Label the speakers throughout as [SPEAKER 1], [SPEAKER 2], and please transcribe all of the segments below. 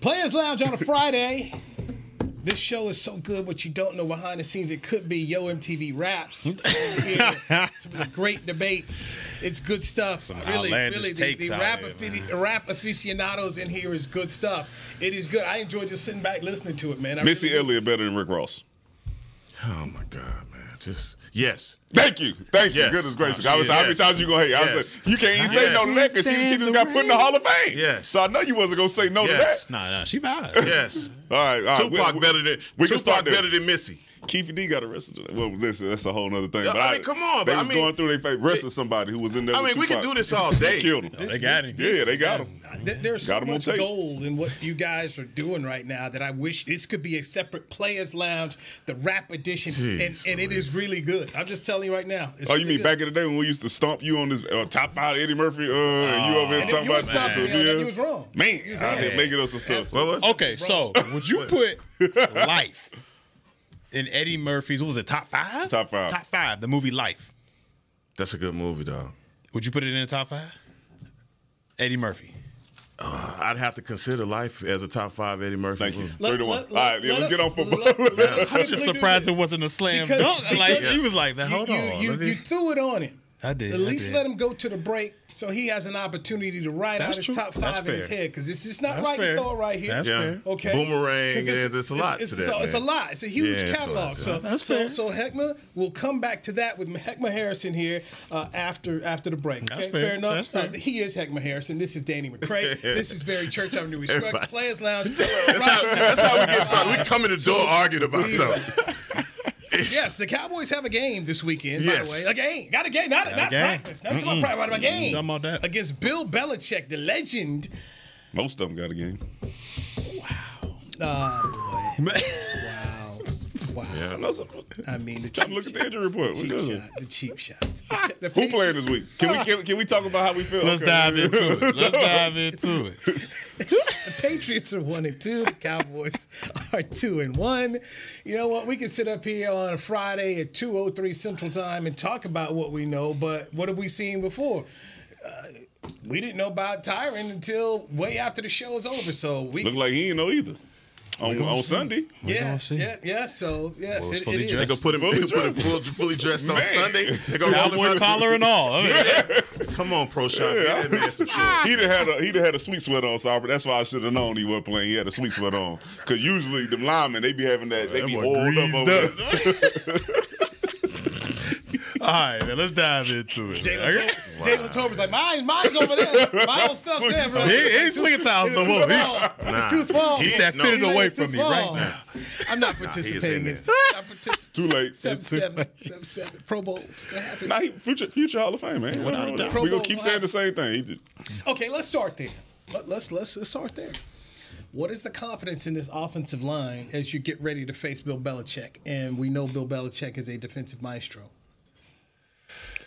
[SPEAKER 1] Players Lounge on a Friday. This show is so good, what you don't know behind the scenes, it could be Yo MTV Raps. Yeah, Some of the great debates. It's good stuff. really,
[SPEAKER 2] outlandish
[SPEAKER 1] really, the,
[SPEAKER 2] takes
[SPEAKER 1] the
[SPEAKER 2] out
[SPEAKER 1] rap,
[SPEAKER 2] here,
[SPEAKER 1] affi- rap aficionados in here is good stuff. It is good. I enjoy just sitting back listening to it, man. I
[SPEAKER 2] Missy
[SPEAKER 1] really do.
[SPEAKER 2] Elliott better than Rick Ross.
[SPEAKER 3] Oh my God, man! Just yes,
[SPEAKER 2] Thank you, thank
[SPEAKER 3] Yes.
[SPEAKER 2] you. Goodness gracious! I was how many
[SPEAKER 3] Yes.
[SPEAKER 2] times you gonna hate? I
[SPEAKER 3] Yes.
[SPEAKER 2] was like, you can't even say no to that because she, she just got put in the Hall of Fame.
[SPEAKER 3] Yes.
[SPEAKER 2] So I know you wasn't gonna say no
[SPEAKER 3] Yes.
[SPEAKER 2] to that.
[SPEAKER 4] Nah, nah, she vibes.
[SPEAKER 3] yes.
[SPEAKER 2] All right, all right.
[SPEAKER 3] Tupac better than
[SPEAKER 2] we
[SPEAKER 3] Tupac
[SPEAKER 2] can start there.
[SPEAKER 3] better than Missy.
[SPEAKER 2] Keith D got arrested. today. Well, listen, that's a whole nother thing.
[SPEAKER 3] Yeah,
[SPEAKER 2] but
[SPEAKER 3] I mean, come on,
[SPEAKER 2] They
[SPEAKER 3] but I
[SPEAKER 2] was
[SPEAKER 3] mean-
[SPEAKER 2] going through their favorite arrested somebody who was in there.
[SPEAKER 3] I
[SPEAKER 2] with
[SPEAKER 3] mean, we can
[SPEAKER 2] Tupac.
[SPEAKER 3] do this all day.
[SPEAKER 2] They killed him.
[SPEAKER 4] They got him.
[SPEAKER 2] Yeah, they got him.
[SPEAKER 1] There- There's so
[SPEAKER 2] Got 'em on
[SPEAKER 1] much
[SPEAKER 2] tape.
[SPEAKER 1] gold in what you guys are doing right now that I wish this could be a separate Players Lounge, the rap edition, and,
[SPEAKER 3] Jeez
[SPEAKER 1] and it is really good. I'm just telling you right now. it's
[SPEAKER 2] Oh, you
[SPEAKER 1] really
[SPEAKER 2] mean
[SPEAKER 1] good.
[SPEAKER 2] back in the day when we used to stomp you on this uh, top five Eddie Murphy? Uh, and you over here
[SPEAKER 1] And
[SPEAKER 2] talking
[SPEAKER 1] you
[SPEAKER 2] about
[SPEAKER 1] was stomping me on that, you was wrong.
[SPEAKER 2] Man,
[SPEAKER 1] You was
[SPEAKER 2] I
[SPEAKER 1] wrong.
[SPEAKER 2] did making up some stuff.
[SPEAKER 3] What
[SPEAKER 5] Oh.
[SPEAKER 3] was?
[SPEAKER 4] Okay, so would you put Life in Eddie Murphy's, what was it, top five?
[SPEAKER 2] Top five.
[SPEAKER 4] Top five, the movie Life.
[SPEAKER 3] That's a good movie, dog.
[SPEAKER 4] Would you put it in the top five? Eddie Murphy.
[SPEAKER 3] I'd have to consider life as a top five Eddie Murphy.
[SPEAKER 2] Thank you.
[SPEAKER 3] movie.
[SPEAKER 1] Let-
[SPEAKER 2] Three to one.
[SPEAKER 1] let-
[SPEAKER 2] All right, yeah,
[SPEAKER 1] let
[SPEAKER 2] let's
[SPEAKER 1] us-
[SPEAKER 2] get on football.
[SPEAKER 1] let- let us
[SPEAKER 4] I'm just
[SPEAKER 1] quickly do
[SPEAKER 4] surprised it
[SPEAKER 1] this.
[SPEAKER 4] wasn't a slam
[SPEAKER 1] Because-
[SPEAKER 4] dunk. Like,
[SPEAKER 1] because
[SPEAKER 4] he was like, man,
[SPEAKER 1] you-
[SPEAKER 4] hold
[SPEAKER 1] you,
[SPEAKER 4] on.
[SPEAKER 1] You,
[SPEAKER 4] let me-
[SPEAKER 1] you threw it on him.
[SPEAKER 4] I did,
[SPEAKER 1] At
[SPEAKER 4] I
[SPEAKER 1] least
[SPEAKER 4] did.
[SPEAKER 1] let him go to the break so he has an opportunity to write out
[SPEAKER 4] That's
[SPEAKER 1] his
[SPEAKER 4] true.
[SPEAKER 1] top five
[SPEAKER 4] That's
[SPEAKER 1] in his
[SPEAKER 4] fair.
[SPEAKER 1] head because it's just not
[SPEAKER 4] That's
[SPEAKER 1] right
[SPEAKER 4] fair.
[SPEAKER 1] to throw it right here.
[SPEAKER 4] That's
[SPEAKER 3] Yeah.
[SPEAKER 4] fair.
[SPEAKER 1] Okay.
[SPEAKER 3] Boomerang.
[SPEAKER 1] 'Cause
[SPEAKER 3] yeah, there's a lot
[SPEAKER 1] It's,
[SPEAKER 3] to
[SPEAKER 1] it's
[SPEAKER 3] that.
[SPEAKER 1] a, it's a
[SPEAKER 3] man.
[SPEAKER 1] lot. It's a huge
[SPEAKER 3] Yeah, it's a lot
[SPEAKER 1] catalog.
[SPEAKER 3] to
[SPEAKER 1] so,
[SPEAKER 3] that.
[SPEAKER 4] That's
[SPEAKER 1] so,
[SPEAKER 4] fair.
[SPEAKER 1] so Heckma will come back to that with Heckma Harrison here uh, after after the break.
[SPEAKER 4] That's
[SPEAKER 1] okay?
[SPEAKER 4] fair.
[SPEAKER 1] enough.
[SPEAKER 4] That's fair.
[SPEAKER 1] Uh, he is Heckma Harrison. This is Danny McCray. this is Barry Church. I'm Newey Scruggs.
[SPEAKER 3] Everybody.
[SPEAKER 1] Players Lounge.
[SPEAKER 3] That's how, that's how we get started. We come in the door arguing about something.
[SPEAKER 1] Yes, the Cowboys have a game this weekend.
[SPEAKER 3] Yes.
[SPEAKER 1] By the way, a game, got a game, not, not
[SPEAKER 4] game.
[SPEAKER 1] practice. Not talking about practice, but a game.
[SPEAKER 4] Talking about that.
[SPEAKER 1] against Bill Belichick, the legend.
[SPEAKER 2] Most of them got a game.
[SPEAKER 1] Wow, wow.
[SPEAKER 2] I know some.
[SPEAKER 1] I mean, the
[SPEAKER 2] Stop
[SPEAKER 1] cheap
[SPEAKER 2] looking at the
[SPEAKER 1] shots,
[SPEAKER 2] injury report.
[SPEAKER 1] Cheap
[SPEAKER 2] What is it?
[SPEAKER 1] shot, the cheap shots. The- the
[SPEAKER 2] Who
[SPEAKER 1] people-
[SPEAKER 2] playing this week? Can we can, we- can we talk about how we feel?
[SPEAKER 4] Let's
[SPEAKER 2] Okay.
[SPEAKER 4] dive into it. Let's dive into it.
[SPEAKER 1] The Patriots are one and two. The Cowboys are two and one. You know what? We can sit up here on a Friday at two o three Central Time and talk about what we know, but what have we seen before? Uh, we didn't know about Tyron until way after the show is over. So we
[SPEAKER 2] Look like he ain't know either. On, on Sunday,
[SPEAKER 1] yeah,
[SPEAKER 4] gonna see.
[SPEAKER 1] yeah, yeah. So yes,
[SPEAKER 4] it's
[SPEAKER 1] it,
[SPEAKER 4] fully
[SPEAKER 1] it
[SPEAKER 3] They
[SPEAKER 1] is.
[SPEAKER 4] dressed.
[SPEAKER 3] gonna put him. They gonna put him full, fully dressed on Sunday. They gonna roll him
[SPEAKER 4] Cowboy
[SPEAKER 3] out-
[SPEAKER 4] collar and all. I mean,
[SPEAKER 3] Come on, Pro Shop.
[SPEAKER 2] Yeah.
[SPEAKER 3] Get that man some shorts.
[SPEAKER 4] Ah.
[SPEAKER 2] he'd have had a he'd have had a sweet sweat on. So I- that's why I should have known he wasn't playing. He had a sweet sweat on because usually the linemen they be having that they
[SPEAKER 3] That
[SPEAKER 2] be
[SPEAKER 3] boy
[SPEAKER 2] oiled up.
[SPEAKER 3] greased
[SPEAKER 2] Over there.
[SPEAKER 4] All right, man, let's dive into it. man.
[SPEAKER 1] Jalen Tol- Jalen Tolbert's like mine, mine's over there. My old stuff's there, bro.
[SPEAKER 4] He, he ain't swinging towels no more. He-
[SPEAKER 1] It's too small.
[SPEAKER 3] Get that
[SPEAKER 4] fitted
[SPEAKER 1] Too
[SPEAKER 4] away
[SPEAKER 1] late, too
[SPEAKER 4] from me right
[SPEAKER 1] small.
[SPEAKER 4] now.
[SPEAKER 1] I'm not
[SPEAKER 3] is in
[SPEAKER 1] participating. in
[SPEAKER 3] there.
[SPEAKER 1] this. I'm participating.
[SPEAKER 2] Too late.
[SPEAKER 1] Seven, seven, seven, seven. Pro Bowl. It's gonna happen.
[SPEAKER 2] Nah, he future future Hall of Fame man.
[SPEAKER 4] Without a doubt.
[SPEAKER 2] We
[SPEAKER 1] Pro Bowl,
[SPEAKER 2] gonna keep
[SPEAKER 1] what
[SPEAKER 2] saying the same thing. He just,
[SPEAKER 1] Okay, let's start there. Let, let's let's let's start there. What is the confidence in this offensive line as you get ready to face Bill Belichick? And we know Bill Belichick is a defensive maestro.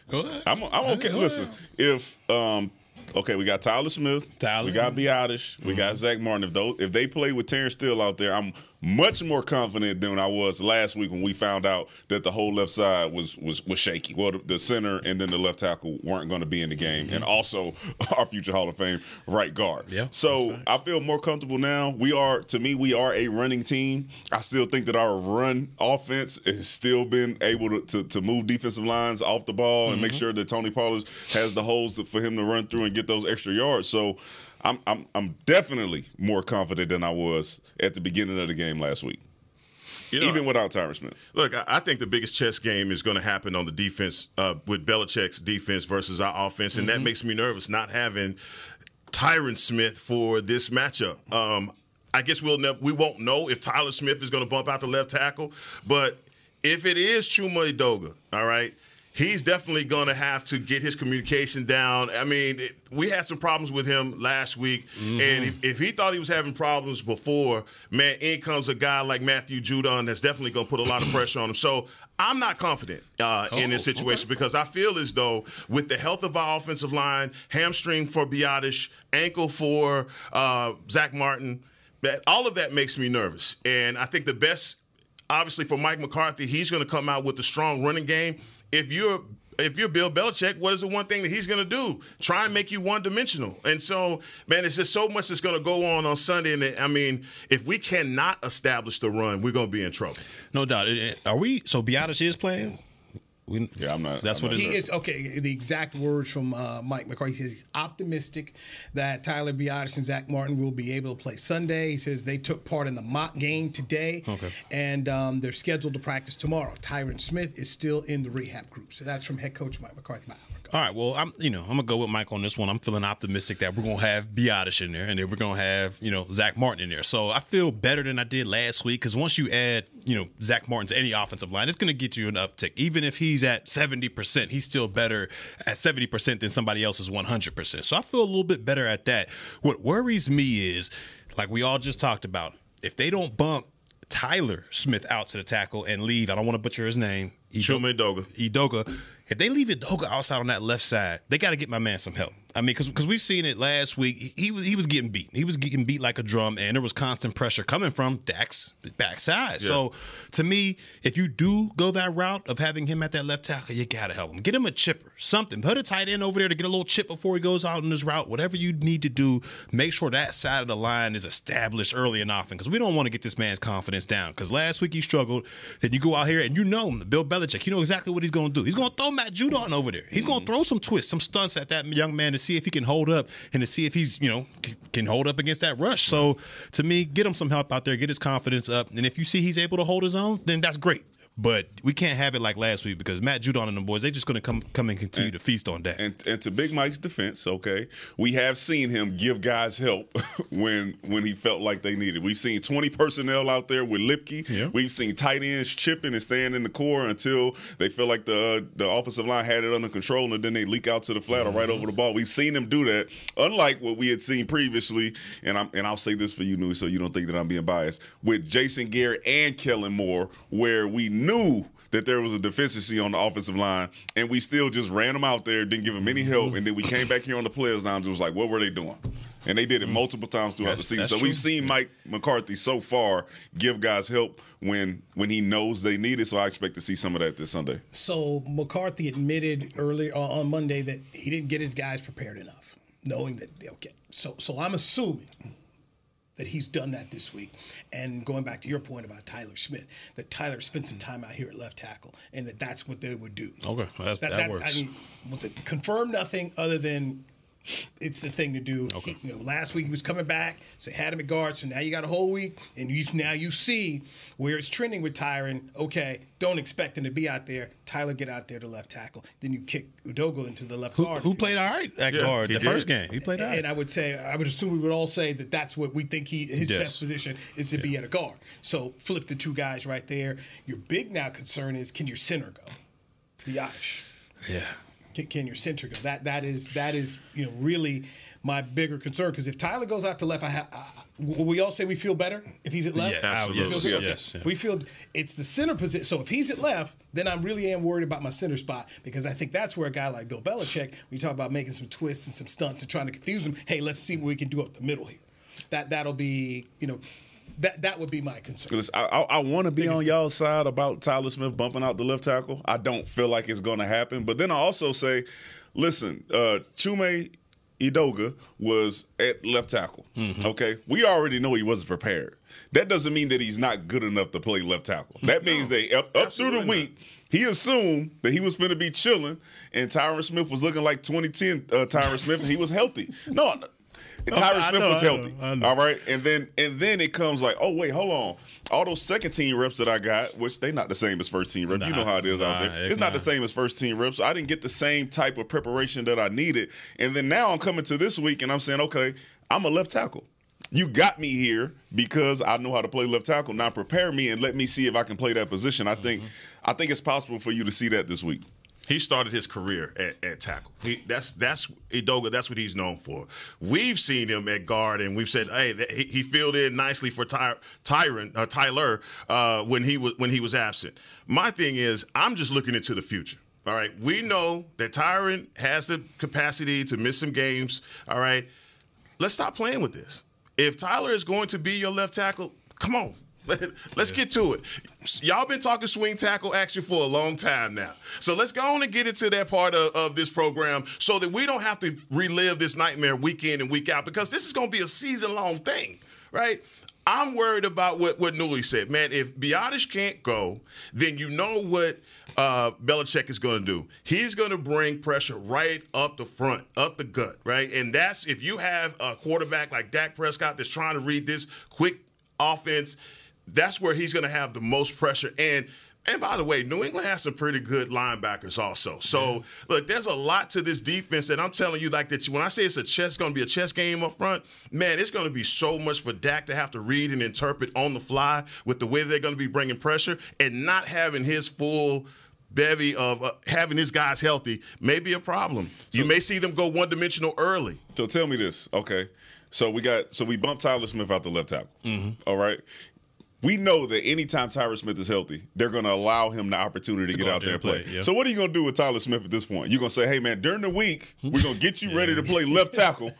[SPEAKER 4] Go ahead.
[SPEAKER 2] I'm I'm okay.
[SPEAKER 4] know
[SPEAKER 2] Listen, if um okay, we got Tyler Smith,
[SPEAKER 4] Tyler. Mm-hmm.
[SPEAKER 2] we got Biotish, we got Zach Martin. If those if they play with Terrence Steele out there, I'm much more confident than I was last week when we found out that the whole left side was was was shaky. Well, the, the center and then the left tackle weren't going to be in the game, and also our future Hall of Fame right guard.
[SPEAKER 4] Mm-hmm. Yeah,
[SPEAKER 2] So I feel more comfortable now. We are to me, we are a running team. I still think that our run offense has still been able to to, to move defensive lines off the ball and make sure that Tony Pollard has the holes to- for him to run through and get those extra yards. So I'm I'm I'm definitely more confident than I was at the beginning of the game last week.
[SPEAKER 3] You know,
[SPEAKER 2] even without Tyron Smith.
[SPEAKER 3] Look, I, I think the biggest chess game is going to happen on the defense uh, with Belichick's defense versus our offense, and that makes me nervous not having Tyron Smith for this matchup. Um, I guess we'll never we won't know if Tyler Smith is going to bump out the left tackle, but if it is Chuma Doga, all right, he's definitely going to have to get his communication down. I mean, it, we had some problems with him last week, and if, if he thought he was having problems before, man, in comes a guy like Matthew Judon that's definitely going to put a lot of pressure on him. So I'm not confident uh, in this situation because I feel as though with the health of our offensive line, hamstring for Biotish, ankle for uh, Zach Martin. That all of that makes me nervous, and I think the best obviously for Mike McCarthy, he's going to come out with a strong running game. If you're if you're Bill Belichick, what is the one thing that he's going to do? Try and make you one dimensional. And so, man, it's just so much that's going to go on on Sunday. And I mean, if we cannot establish the run, we're going to be in trouble.
[SPEAKER 5] No doubt. It- it- Are we? So Biotis is playing. We,
[SPEAKER 2] Yeah, I'm not.
[SPEAKER 5] That's
[SPEAKER 2] I'm
[SPEAKER 5] what
[SPEAKER 2] not
[SPEAKER 5] it
[SPEAKER 1] He
[SPEAKER 2] sure.
[SPEAKER 1] is okay. The exact words from uh, Mike McCarthy he says he's optimistic that Tyler Biotis and Zach Martin will be able to play Sunday. He says they took part in the mock game today, okay. and um, they're scheduled to practice tomorrow. Tyron Smith is still in the rehab group, so that's from head coach Mike McCarthy. about an hour ago.
[SPEAKER 5] All right. Well, I'm you know I'm gonna go with Mike on this one. I'm feeling optimistic that we're gonna have Biotis in there, and then we're gonna have you know Zach Martin in there. So I feel better than I did last week because once you add you know Zach Martin to any offensive line, it's gonna get you an uptick. Even if he's at seventy percent, he's still better at seventy percent than somebody else's one hundred percent. So I feel a little bit better at that. What worries me is, like we all just talked about, if they don't bump Tyler Smith out to the tackle and leave, I don't want to butcher his name.
[SPEAKER 3] Chuma Edoga.
[SPEAKER 5] Idoga. If they leave Idoga outside on that left side, they got to get my man some help. I mean, because we've seen it last week. He, he was he was getting beat. He was getting beat like a drum, and there was constant pressure coming from Dak's backside. So, to me, if you do go that route of having him at that left tackle, you gotta help him. Get him a chipper, something. Put a tight end over there to get a little chip before he goes out on his route. Whatever you need to do, make sure that side of the line is established early and often because we don't want to get this man's confidence down. Because last week he struggled. Then you go out here and you know him, Bill Belichick. You know exactly what he's going to do. He's going to throw Matt Judon over there. He's going to throw some twists, some stunts at that young man to see if he can hold up and to see if he's you know c- can hold up against that rush. So to me, get him some help out there, get his confidence up, and if you see he's able to hold his own, then that's great. But we can't have it like last week because Matt Judon and the boys, they're just going to come come and continue to feast on that.
[SPEAKER 2] and, and to Big Mike's defense, okay, we have seen him give guys help when when he felt like they needed. We've seen 20 personnel out there with Lipke. We've seen tight ends chipping and staying in the core until they feel like the uh, the offensive line had it under control, and then they leak out to the flat or right over the ball. We've seen him do that, unlike what we had seen previously. And I'm and I'll say this for you, Nui, so you don't think that I'm being biased with Jason Garrett and Kellen Moore, where we knew that there was a deficiency on the offensive line, and we still just ran them out there, didn't give them any help, and then we came back here on the players' lounge and was like, what were they doing? And they did it multiple times throughout
[SPEAKER 5] That's-
[SPEAKER 2] the season.
[SPEAKER 5] that's
[SPEAKER 2] So
[SPEAKER 5] true.
[SPEAKER 2] we've seen Mike McCarthy so far give guys help when when he knows they need it. So I expect to see some of that this Sunday.
[SPEAKER 1] So McCarthy admitted earlier on on Monday that he didn't get his guys prepared enough, knowing that okay. So so I'm assuming that he's done that this week. And going back to your point about Tyler Smith, that Tyler spent some time out here at left tackle, and that that's what they would do.
[SPEAKER 5] Okay, that- that works.
[SPEAKER 1] I mean, well, to confirm nothing other than it's the thing to do. Okay. you know, last week he was coming back, so had him at guard. So now you got a whole week, and you now you see where it's trending with Tyron. Okay, don't expect him to be out there. Tyler get out there to left tackle. Then you kick Udogo into the left
[SPEAKER 5] Who,
[SPEAKER 1] guard.
[SPEAKER 5] who played all right at
[SPEAKER 3] Yeah,
[SPEAKER 5] guard
[SPEAKER 3] he
[SPEAKER 5] the
[SPEAKER 3] did.
[SPEAKER 5] first game? He played all
[SPEAKER 1] And,
[SPEAKER 5] right.
[SPEAKER 1] and I would say, I would assume we would all say that that's what we think he his
[SPEAKER 5] Yes.
[SPEAKER 1] best position is to be at a guard. So flip the two guys right there. Your big now concern is can your center go? The Irish.
[SPEAKER 5] yeah.
[SPEAKER 1] Can, can your center go? That that is that is you know really my bigger concern because if Tyler goes out to left, I ha- I, will we all say we feel better if he's at left.
[SPEAKER 5] Yeah, absolutely.
[SPEAKER 1] We feel good?
[SPEAKER 5] Yes, yes,
[SPEAKER 1] Okay.
[SPEAKER 5] yeah.
[SPEAKER 1] We feel it's the center position. So if he's at left, then I really am worried about my center spot because I think that's where a guy like Bill Belichick, when you talk about making some twists and some stunts and trying to confuse him, hey, let's see what we can do up the middle here. That that'll be you know that that would be my concern.
[SPEAKER 2] Listen, I, I, I want to be on y'all's side about Tyler Smith bumping out the left tackle. I don't feel like it's going to happen. But then I also say, listen, uh, Chume Idoga was at left tackle.
[SPEAKER 5] Mm-hmm.
[SPEAKER 2] Okay, we already know he wasn't prepared. That doesn't mean that he's not good enough to play left tackle. That means that up, up through the week, he assumed that he was finna be chilling, and Tyron Smith was looking like 2010 uh, Tyron Smith, and he was healthy. No, Tyron
[SPEAKER 5] I
[SPEAKER 2] Smith
[SPEAKER 5] know,
[SPEAKER 2] was
[SPEAKER 5] I know,
[SPEAKER 2] healthy.
[SPEAKER 5] I know.
[SPEAKER 2] All right, and then and then it comes like, oh wait, hold on. All those second team reps that I got, which they not the same as first team reps. you know how it is out
[SPEAKER 5] nah,
[SPEAKER 2] there.
[SPEAKER 5] it's
[SPEAKER 2] It's not the
[SPEAKER 5] not.
[SPEAKER 2] same as first team reps. I didn't get the same type of preparation that I needed. And then now I'm coming to this week and I'm saying, okay, I'm a left tackle. you got me here because I know how to play left tackle. Now prepare me and let me see if I can play that position. I think
[SPEAKER 5] Mm-hmm.
[SPEAKER 2] I think it's possible for you to see that this week.
[SPEAKER 3] He started his career at, at tackle. He, that's that's Idoga. That's what he's known for. We've seen him at guard, and we've said, "Hey, that, he, he filled in nicely for Ty, Tyron uh, Tyler uh, when he was when he was absent." My thing is, I'm just looking into the future. All right, we know that Tyron has the capacity to miss some games. All right, let's stop playing with this. If Tyler is going to be your left tackle, come on. Let's get to it. Y'all been talking swing tackle action for a long time now. So let's go on and get into that part of, of this program so that we don't have to relive this nightmare week in and week out because this is going to be a season long thing, right? I'm worried about what, what Newley said. Man, if Biotish can't go, then you know what uh, Belichick is going to do. He's going to bring pressure right up the front, up the gut, right? And that's if you have a quarterback like Dak Prescott that's trying to read this quick offense, that's where he's going to have the most pressure. And and by the way, New England has some pretty good linebackers also. So look, there's a lot to this defense, and I'm telling you, like that. When I say it's a chess, going to be a chess game up front, man, it's going to be so much for Dak to have to read and interpret on the fly with the way they're going to be bringing pressure and not having his full bevy of uh, having his guys healthy may be a problem. you may see them go one dimensional early.
[SPEAKER 2] So tell me this, okay? So we got so we bumped Tyler Smith out the left tackle.
[SPEAKER 4] Mm-hmm.
[SPEAKER 2] All right. We know that anytime Tyler Smith is healthy, they're going to allow him the opportunity to,
[SPEAKER 4] go
[SPEAKER 2] get out there and play.
[SPEAKER 4] yeah.
[SPEAKER 2] So what are you going to do with Tyler Smith at this point? You're going to say, "Hey man, during the week, we're going to get you ready to play left tackle,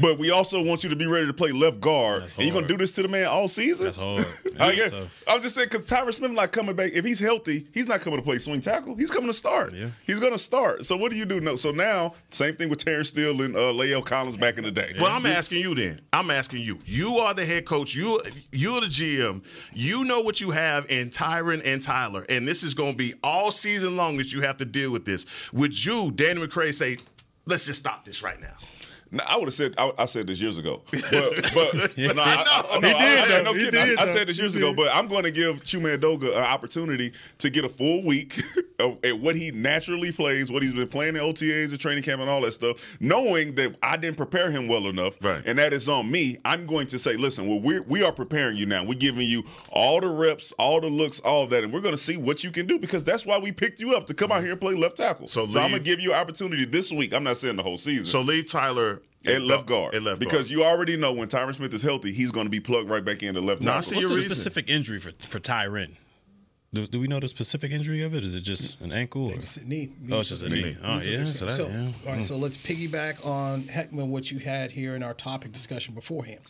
[SPEAKER 2] but we also want you to be ready to play left guard."
[SPEAKER 4] That's
[SPEAKER 2] And you're going
[SPEAKER 4] hard.
[SPEAKER 2] to do this to the man all season?
[SPEAKER 4] That's hard.
[SPEAKER 2] I guess,
[SPEAKER 4] So-
[SPEAKER 2] I'm just saying because Tyron Smith not coming back. If he's healthy, he's not coming to play swing tackle. He's coming to start.
[SPEAKER 4] Yeah.
[SPEAKER 2] He's going to start. So what do you do? No. So now, same thing with Terrence Steele and uh, Lael Collins back in the day.
[SPEAKER 3] But I'm asking you then. I'm asking you. You are the head coach. You you're the GM. You know what you have in Tyron and Tyler, and this is going to be all season long that you have to deal with this. Would you, Danny McCray, say, "Let's just stop this right now"?
[SPEAKER 2] Now, I would have said I, I said this years ago, but, but no, I, I, no,
[SPEAKER 4] He did,
[SPEAKER 2] I- I, I,
[SPEAKER 4] though.
[SPEAKER 2] no
[SPEAKER 4] He
[SPEAKER 2] kidding. I-
[SPEAKER 4] did,
[SPEAKER 2] I
[SPEAKER 4] though.
[SPEAKER 2] said this years ago, but I'm going to give Chumandoga an opportunity to get a full week of, at what he naturally plays, what he's been playing in OTAs, the training camp, and all that stuff, knowing that I didn't prepare him well enough,
[SPEAKER 3] Right.
[SPEAKER 2] and that is on me. I'm going to say, listen, well, we're, we are preparing you now. We're giving you all the reps, all the looks, all that, and we're going to see what you can do because that's why we picked you up to come out here and play left tackle.
[SPEAKER 3] So
[SPEAKER 2] so I'm
[SPEAKER 3] leave-
[SPEAKER 2] going to give you an opportunity this week. I'm not saying the whole season.
[SPEAKER 3] So leave Tyler
[SPEAKER 2] At left guard.
[SPEAKER 3] At left
[SPEAKER 2] because
[SPEAKER 3] guard.
[SPEAKER 2] you already know when Tyron Smith is healthy, he's going to be plugged right back into left
[SPEAKER 3] No, I
[SPEAKER 2] tackle.
[SPEAKER 3] see
[SPEAKER 5] What's
[SPEAKER 3] your
[SPEAKER 5] the
[SPEAKER 3] reason.
[SPEAKER 5] specific injury for for Tyron? Do, do we know the specific injury of it? Is it just an ankle? Or?
[SPEAKER 1] It's a knee.
[SPEAKER 5] Oh, it's just a knee. Oh,
[SPEAKER 1] That's what
[SPEAKER 5] yeah.
[SPEAKER 1] they're
[SPEAKER 5] So
[SPEAKER 1] saying.
[SPEAKER 5] that,
[SPEAKER 1] So,
[SPEAKER 5] yeah. Mm.
[SPEAKER 1] all right, so let's piggyback on Heckman, what you had here in our topic discussion beforehand.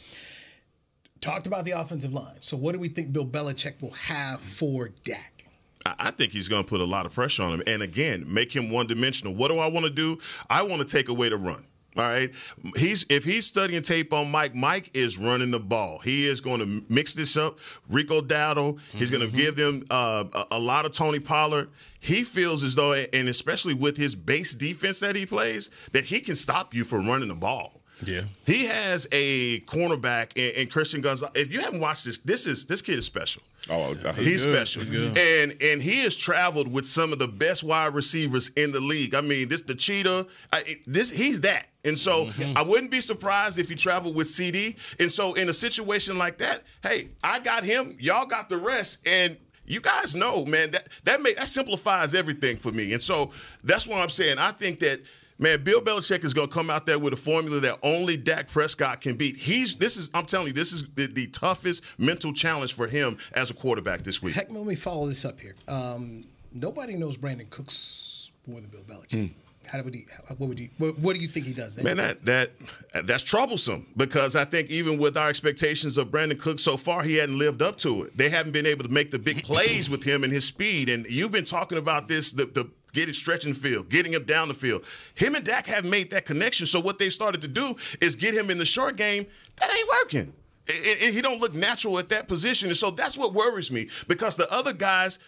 [SPEAKER 1] Talked about the offensive line. So, what do we think Bill Belichick will have for Dak?
[SPEAKER 3] I I think he's going to put a lot of pressure on him. And again, make him one dimensional. What do I want to do? I want to take away the run. All right. He's if he's studying tape on Mike, Mike is running the ball. He is going to mix this up. Rico Dowdle. He's going to give them uh, a, a lot of Tony Pollard. He feels as though, and especially with his base defense that he plays, that he can stop you from running the ball.
[SPEAKER 5] Yeah.
[SPEAKER 3] He has a cornerback in, in Christian Gonzalez. If you haven't watched this, this is this kid is special.
[SPEAKER 2] Oh, I- I-
[SPEAKER 3] He's special, and and he has traveled with some of the best wide receivers in the league. I mean, this the cheetah. I, it- this he's that, and so I wouldn't be surprised if he traveled with CD. And so in a situation like that, hey, I got him. Y'all got the rest, and you guys know, man. That that may, that simplifies everything for me, and so that's what I'm saying. I think that. Man, Bill Belichick is going to come out there with a formula that only Dak Prescott can beat. He's this is I'm telling you this is the, the toughest mental challenge for him as a quarterback this week.
[SPEAKER 1] Heckman, let me follow this up here. Um, nobody knows Brandon Cooks more than Bill Belichick.
[SPEAKER 5] Hmm.
[SPEAKER 1] How would he? how- What would he? What, what do you think he does? There?
[SPEAKER 3] Man, that that that's troublesome because I think even with our expectations of Brandon Cook so far, he hadn't lived up to it. They haven't been able to make the big plays with him and his speed. And you've been talking about this the the getting stretching field, getting him down the field. Him and Dak have made that connection. So what they started to do is get him in the short game. That ain't working. And- and he don't look natural at that position. And so that's what worries me because the other guys,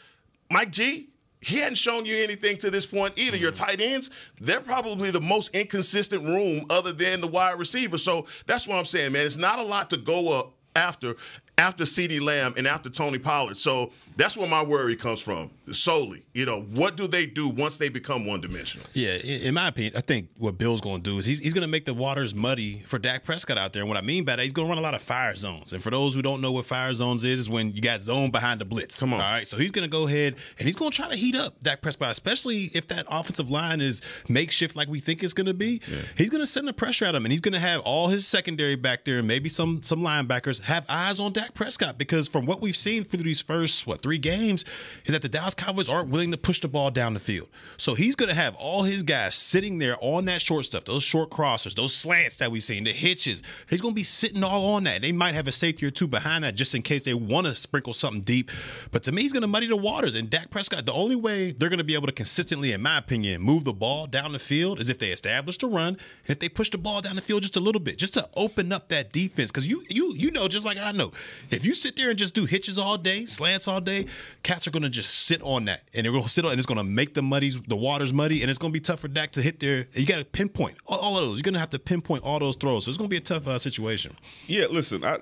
[SPEAKER 3] Mike G, he hadn't shown you anything to this point either. Your tight ends, they're probably the most inconsistent room other than the wide receiver. So that's what I'm saying, man. It's not a lot to go up after. after CeeDee Lamb and after Tony Pollard. So that's where my worry comes from solely. You know, what do they do once they become one dimensional?
[SPEAKER 5] Yeah, in in my opinion, I think what Bill's going to do is he's, he's going to make the waters muddy for Dak Prescott out there. And what I mean by that, he's going to run a lot of fire zones. And for those who don't know what fire zones is, is when you got zone behind the blitz. Come on. All right, so he's going to go ahead and he's going to try to heat up Dak Prescott, especially if that offensive line is makeshift like we think it's going to be. He's going to send the pressure at him, and he's going to have all his secondary back there, and maybe some some linebackers have eyes on Dak Prescott because from what we've seen through these first what three games is that the Dallas Cowboys aren't willing to push the ball down the field. So he's going to have all his guys sitting there on that short stuff, those short crossers, those slants that we've seen, the hitches. He's going to be sitting all on that. They might have a safety or two behind that just in case they want to sprinkle something deep. But to me, he's going to muddy the waters. And Dak Prescott, the only way they're going to be able to consistently, in my opinion, move the ball down the field is if they establish the run and if they push the ball down the field just a little bit, just to open up that defense. Because you you you know, just like I know, if you sit there and just do hitches all day, slants all day, cats are going to just sit on that and they're going to sit on, and it's going to make the muddies, the waters muddy, and it's going to be tough for Dak to hit there. You got to pinpoint all, all of those. You're going to have to pinpoint all those throws. So it's going to be a tough uh, situation.
[SPEAKER 2] Yeah, listen, I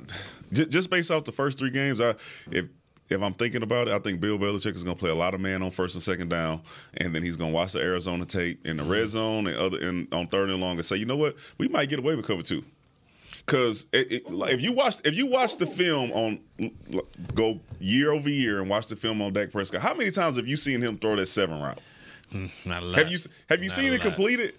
[SPEAKER 2] j- just based off the first three games, I if if I'm thinking about it, I think Bill Belichick is going to play a lot of man on first and second down, and then he's going to watch the Arizona tape in the red zone and other and on third and long and say, you know what, we might get away with cover two. Cause it, it, like, if you watch if you watch the film on l- go year over year and watch the film on Dak Prescott, how many times have you seen him throw that seven route?
[SPEAKER 5] Not a lot.
[SPEAKER 2] Have you have you
[SPEAKER 5] Not
[SPEAKER 2] seen
[SPEAKER 5] a
[SPEAKER 2] it
[SPEAKER 5] lot.
[SPEAKER 2] completed?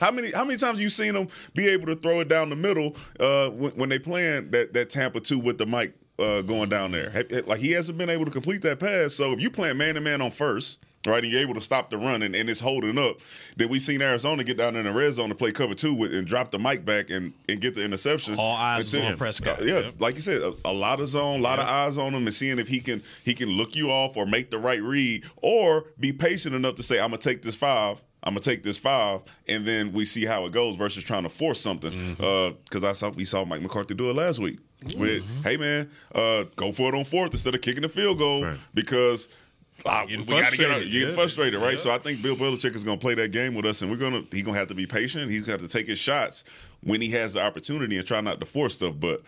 [SPEAKER 2] How many how many times you seen them be able to throw it down the middle uh, when, when they playing that that Tampa two with the mic uh, going down there? Have- have- Like he hasn't been able to complete that pass. So if you playing man to man on first. Right, and you're able to stop the run, and, and it's holding up. Then we seen Arizona get down in the red zone to play cover two with, and drop the mic back and, and get the interception.
[SPEAKER 5] All eyes was
[SPEAKER 2] Until-
[SPEAKER 5] on Prescott.
[SPEAKER 2] Uh, yeah,
[SPEAKER 5] Yep.
[SPEAKER 2] like you said, a, a lot of zone, a lot of eyes on him, and seeing if he can he can look you off or make the right read, or be patient enough to say, "I'm gonna take this five, I'm gonna take this five, and then we see how it goes. Versus trying to force something,
[SPEAKER 5] Mm-hmm.
[SPEAKER 2] because I saw we saw Mike McCarthy do it last week. With
[SPEAKER 5] Mm-hmm.
[SPEAKER 2] hey man, uh, go for it on fourth instead of kicking the field goal
[SPEAKER 3] Right.
[SPEAKER 2] because. ah, we
[SPEAKER 5] Getting
[SPEAKER 2] gotta get out.
[SPEAKER 5] frustrated,
[SPEAKER 2] You get
[SPEAKER 5] yeah.
[SPEAKER 2] frustrated, right? So I think Bill Belichick is gonna play that game with us, and we're gonna he's gonna have to be patient. He's gonna have to take his shots when he has the opportunity and try not to force stuff. But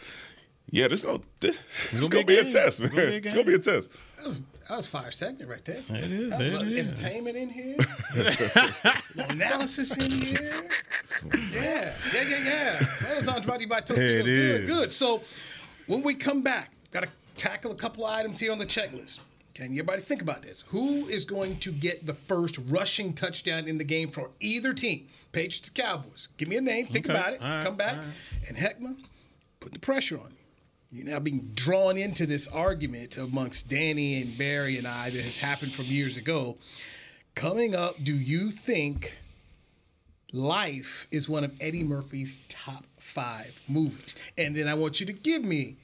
[SPEAKER 2] yeah, this gonna this, it's gonna be a
[SPEAKER 5] game.
[SPEAKER 2] test, man.
[SPEAKER 5] It's gonna be a
[SPEAKER 2] It's gonna be a test.
[SPEAKER 1] That was, that was fire segment right there.
[SPEAKER 5] It is,
[SPEAKER 1] That
[SPEAKER 5] it
[SPEAKER 1] was
[SPEAKER 5] is.
[SPEAKER 1] Entertainment in here. no analysis in here. Yeah, yeah, yeah, yeah. That was Andretti by Tostitos.
[SPEAKER 5] It
[SPEAKER 1] Good,
[SPEAKER 5] is.
[SPEAKER 1] good. So when we come back, gotta tackle a couple items here on the checklist. Can everybody think about this? Who is going to get the first rushing touchdown in the game for either team? Patriots, Cowboys. Give me a name. Think
[SPEAKER 5] Okay.
[SPEAKER 1] about it.
[SPEAKER 5] All right,
[SPEAKER 1] come back.
[SPEAKER 5] all right.
[SPEAKER 1] And Heckman, put the pressure on you. You're now being drawn into this argument amongst Danny and Barry and I that has happened from years ago. Coming up, do you think Life is one of Eddie Murphy's top five movies? And then I want you to give me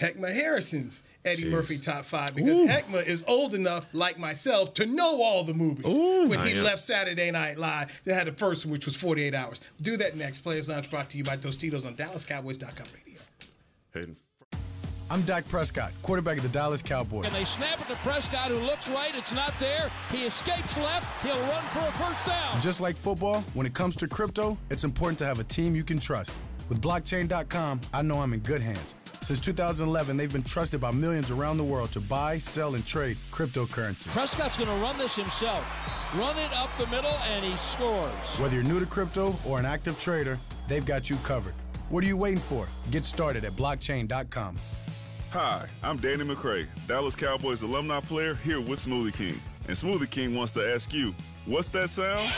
[SPEAKER 1] Heckma Harrison's Eddie Murphy top five because Heckma is old enough, like myself, to know all the movies. when he left Saturday Night Live, they had the first one, which was 48 Hours. Do that next. Players Lounge brought to you by Tostitos on DallasCowboys.com radio.
[SPEAKER 3] Hayden.
[SPEAKER 6] I'm Dak Prescott, quarterback of the Dallas Cowboys.
[SPEAKER 7] They snap it to Prescott, who looks right. It's not there. He escapes left. He'll run for a first down.
[SPEAKER 6] Just like football, when it comes to crypto, it's important to have a team you can trust. With blockchain.com, I know I'm in good hands. Since 2011, they've been trusted by millions around the world to buy, sell, and trade cryptocurrency.
[SPEAKER 7] Prescott's going to run this himself. Run it up the middle, and he scores.
[SPEAKER 6] Whether you're new to crypto or an active trader, they've got you covered. What are you waiting for? Get started at blockchain.com.
[SPEAKER 2] Hi, I'm Danny McCray, Dallas Cowboys alumni player here with Smoothie King. And Smoothie King wants to ask you, what's that sound?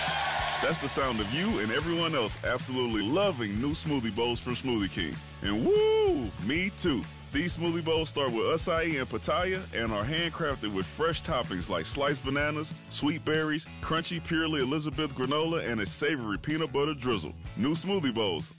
[SPEAKER 2] That's the sound of you and everyone else absolutely loving new smoothie bowls from Smoothie King. And woo, me too. These smoothie bowls start with acai and pitaya and are handcrafted with fresh toppings like sliced bananas, sweet berries, crunchy purely Elizabeth granola, and a savory peanut butter drizzle. New smoothie bowls,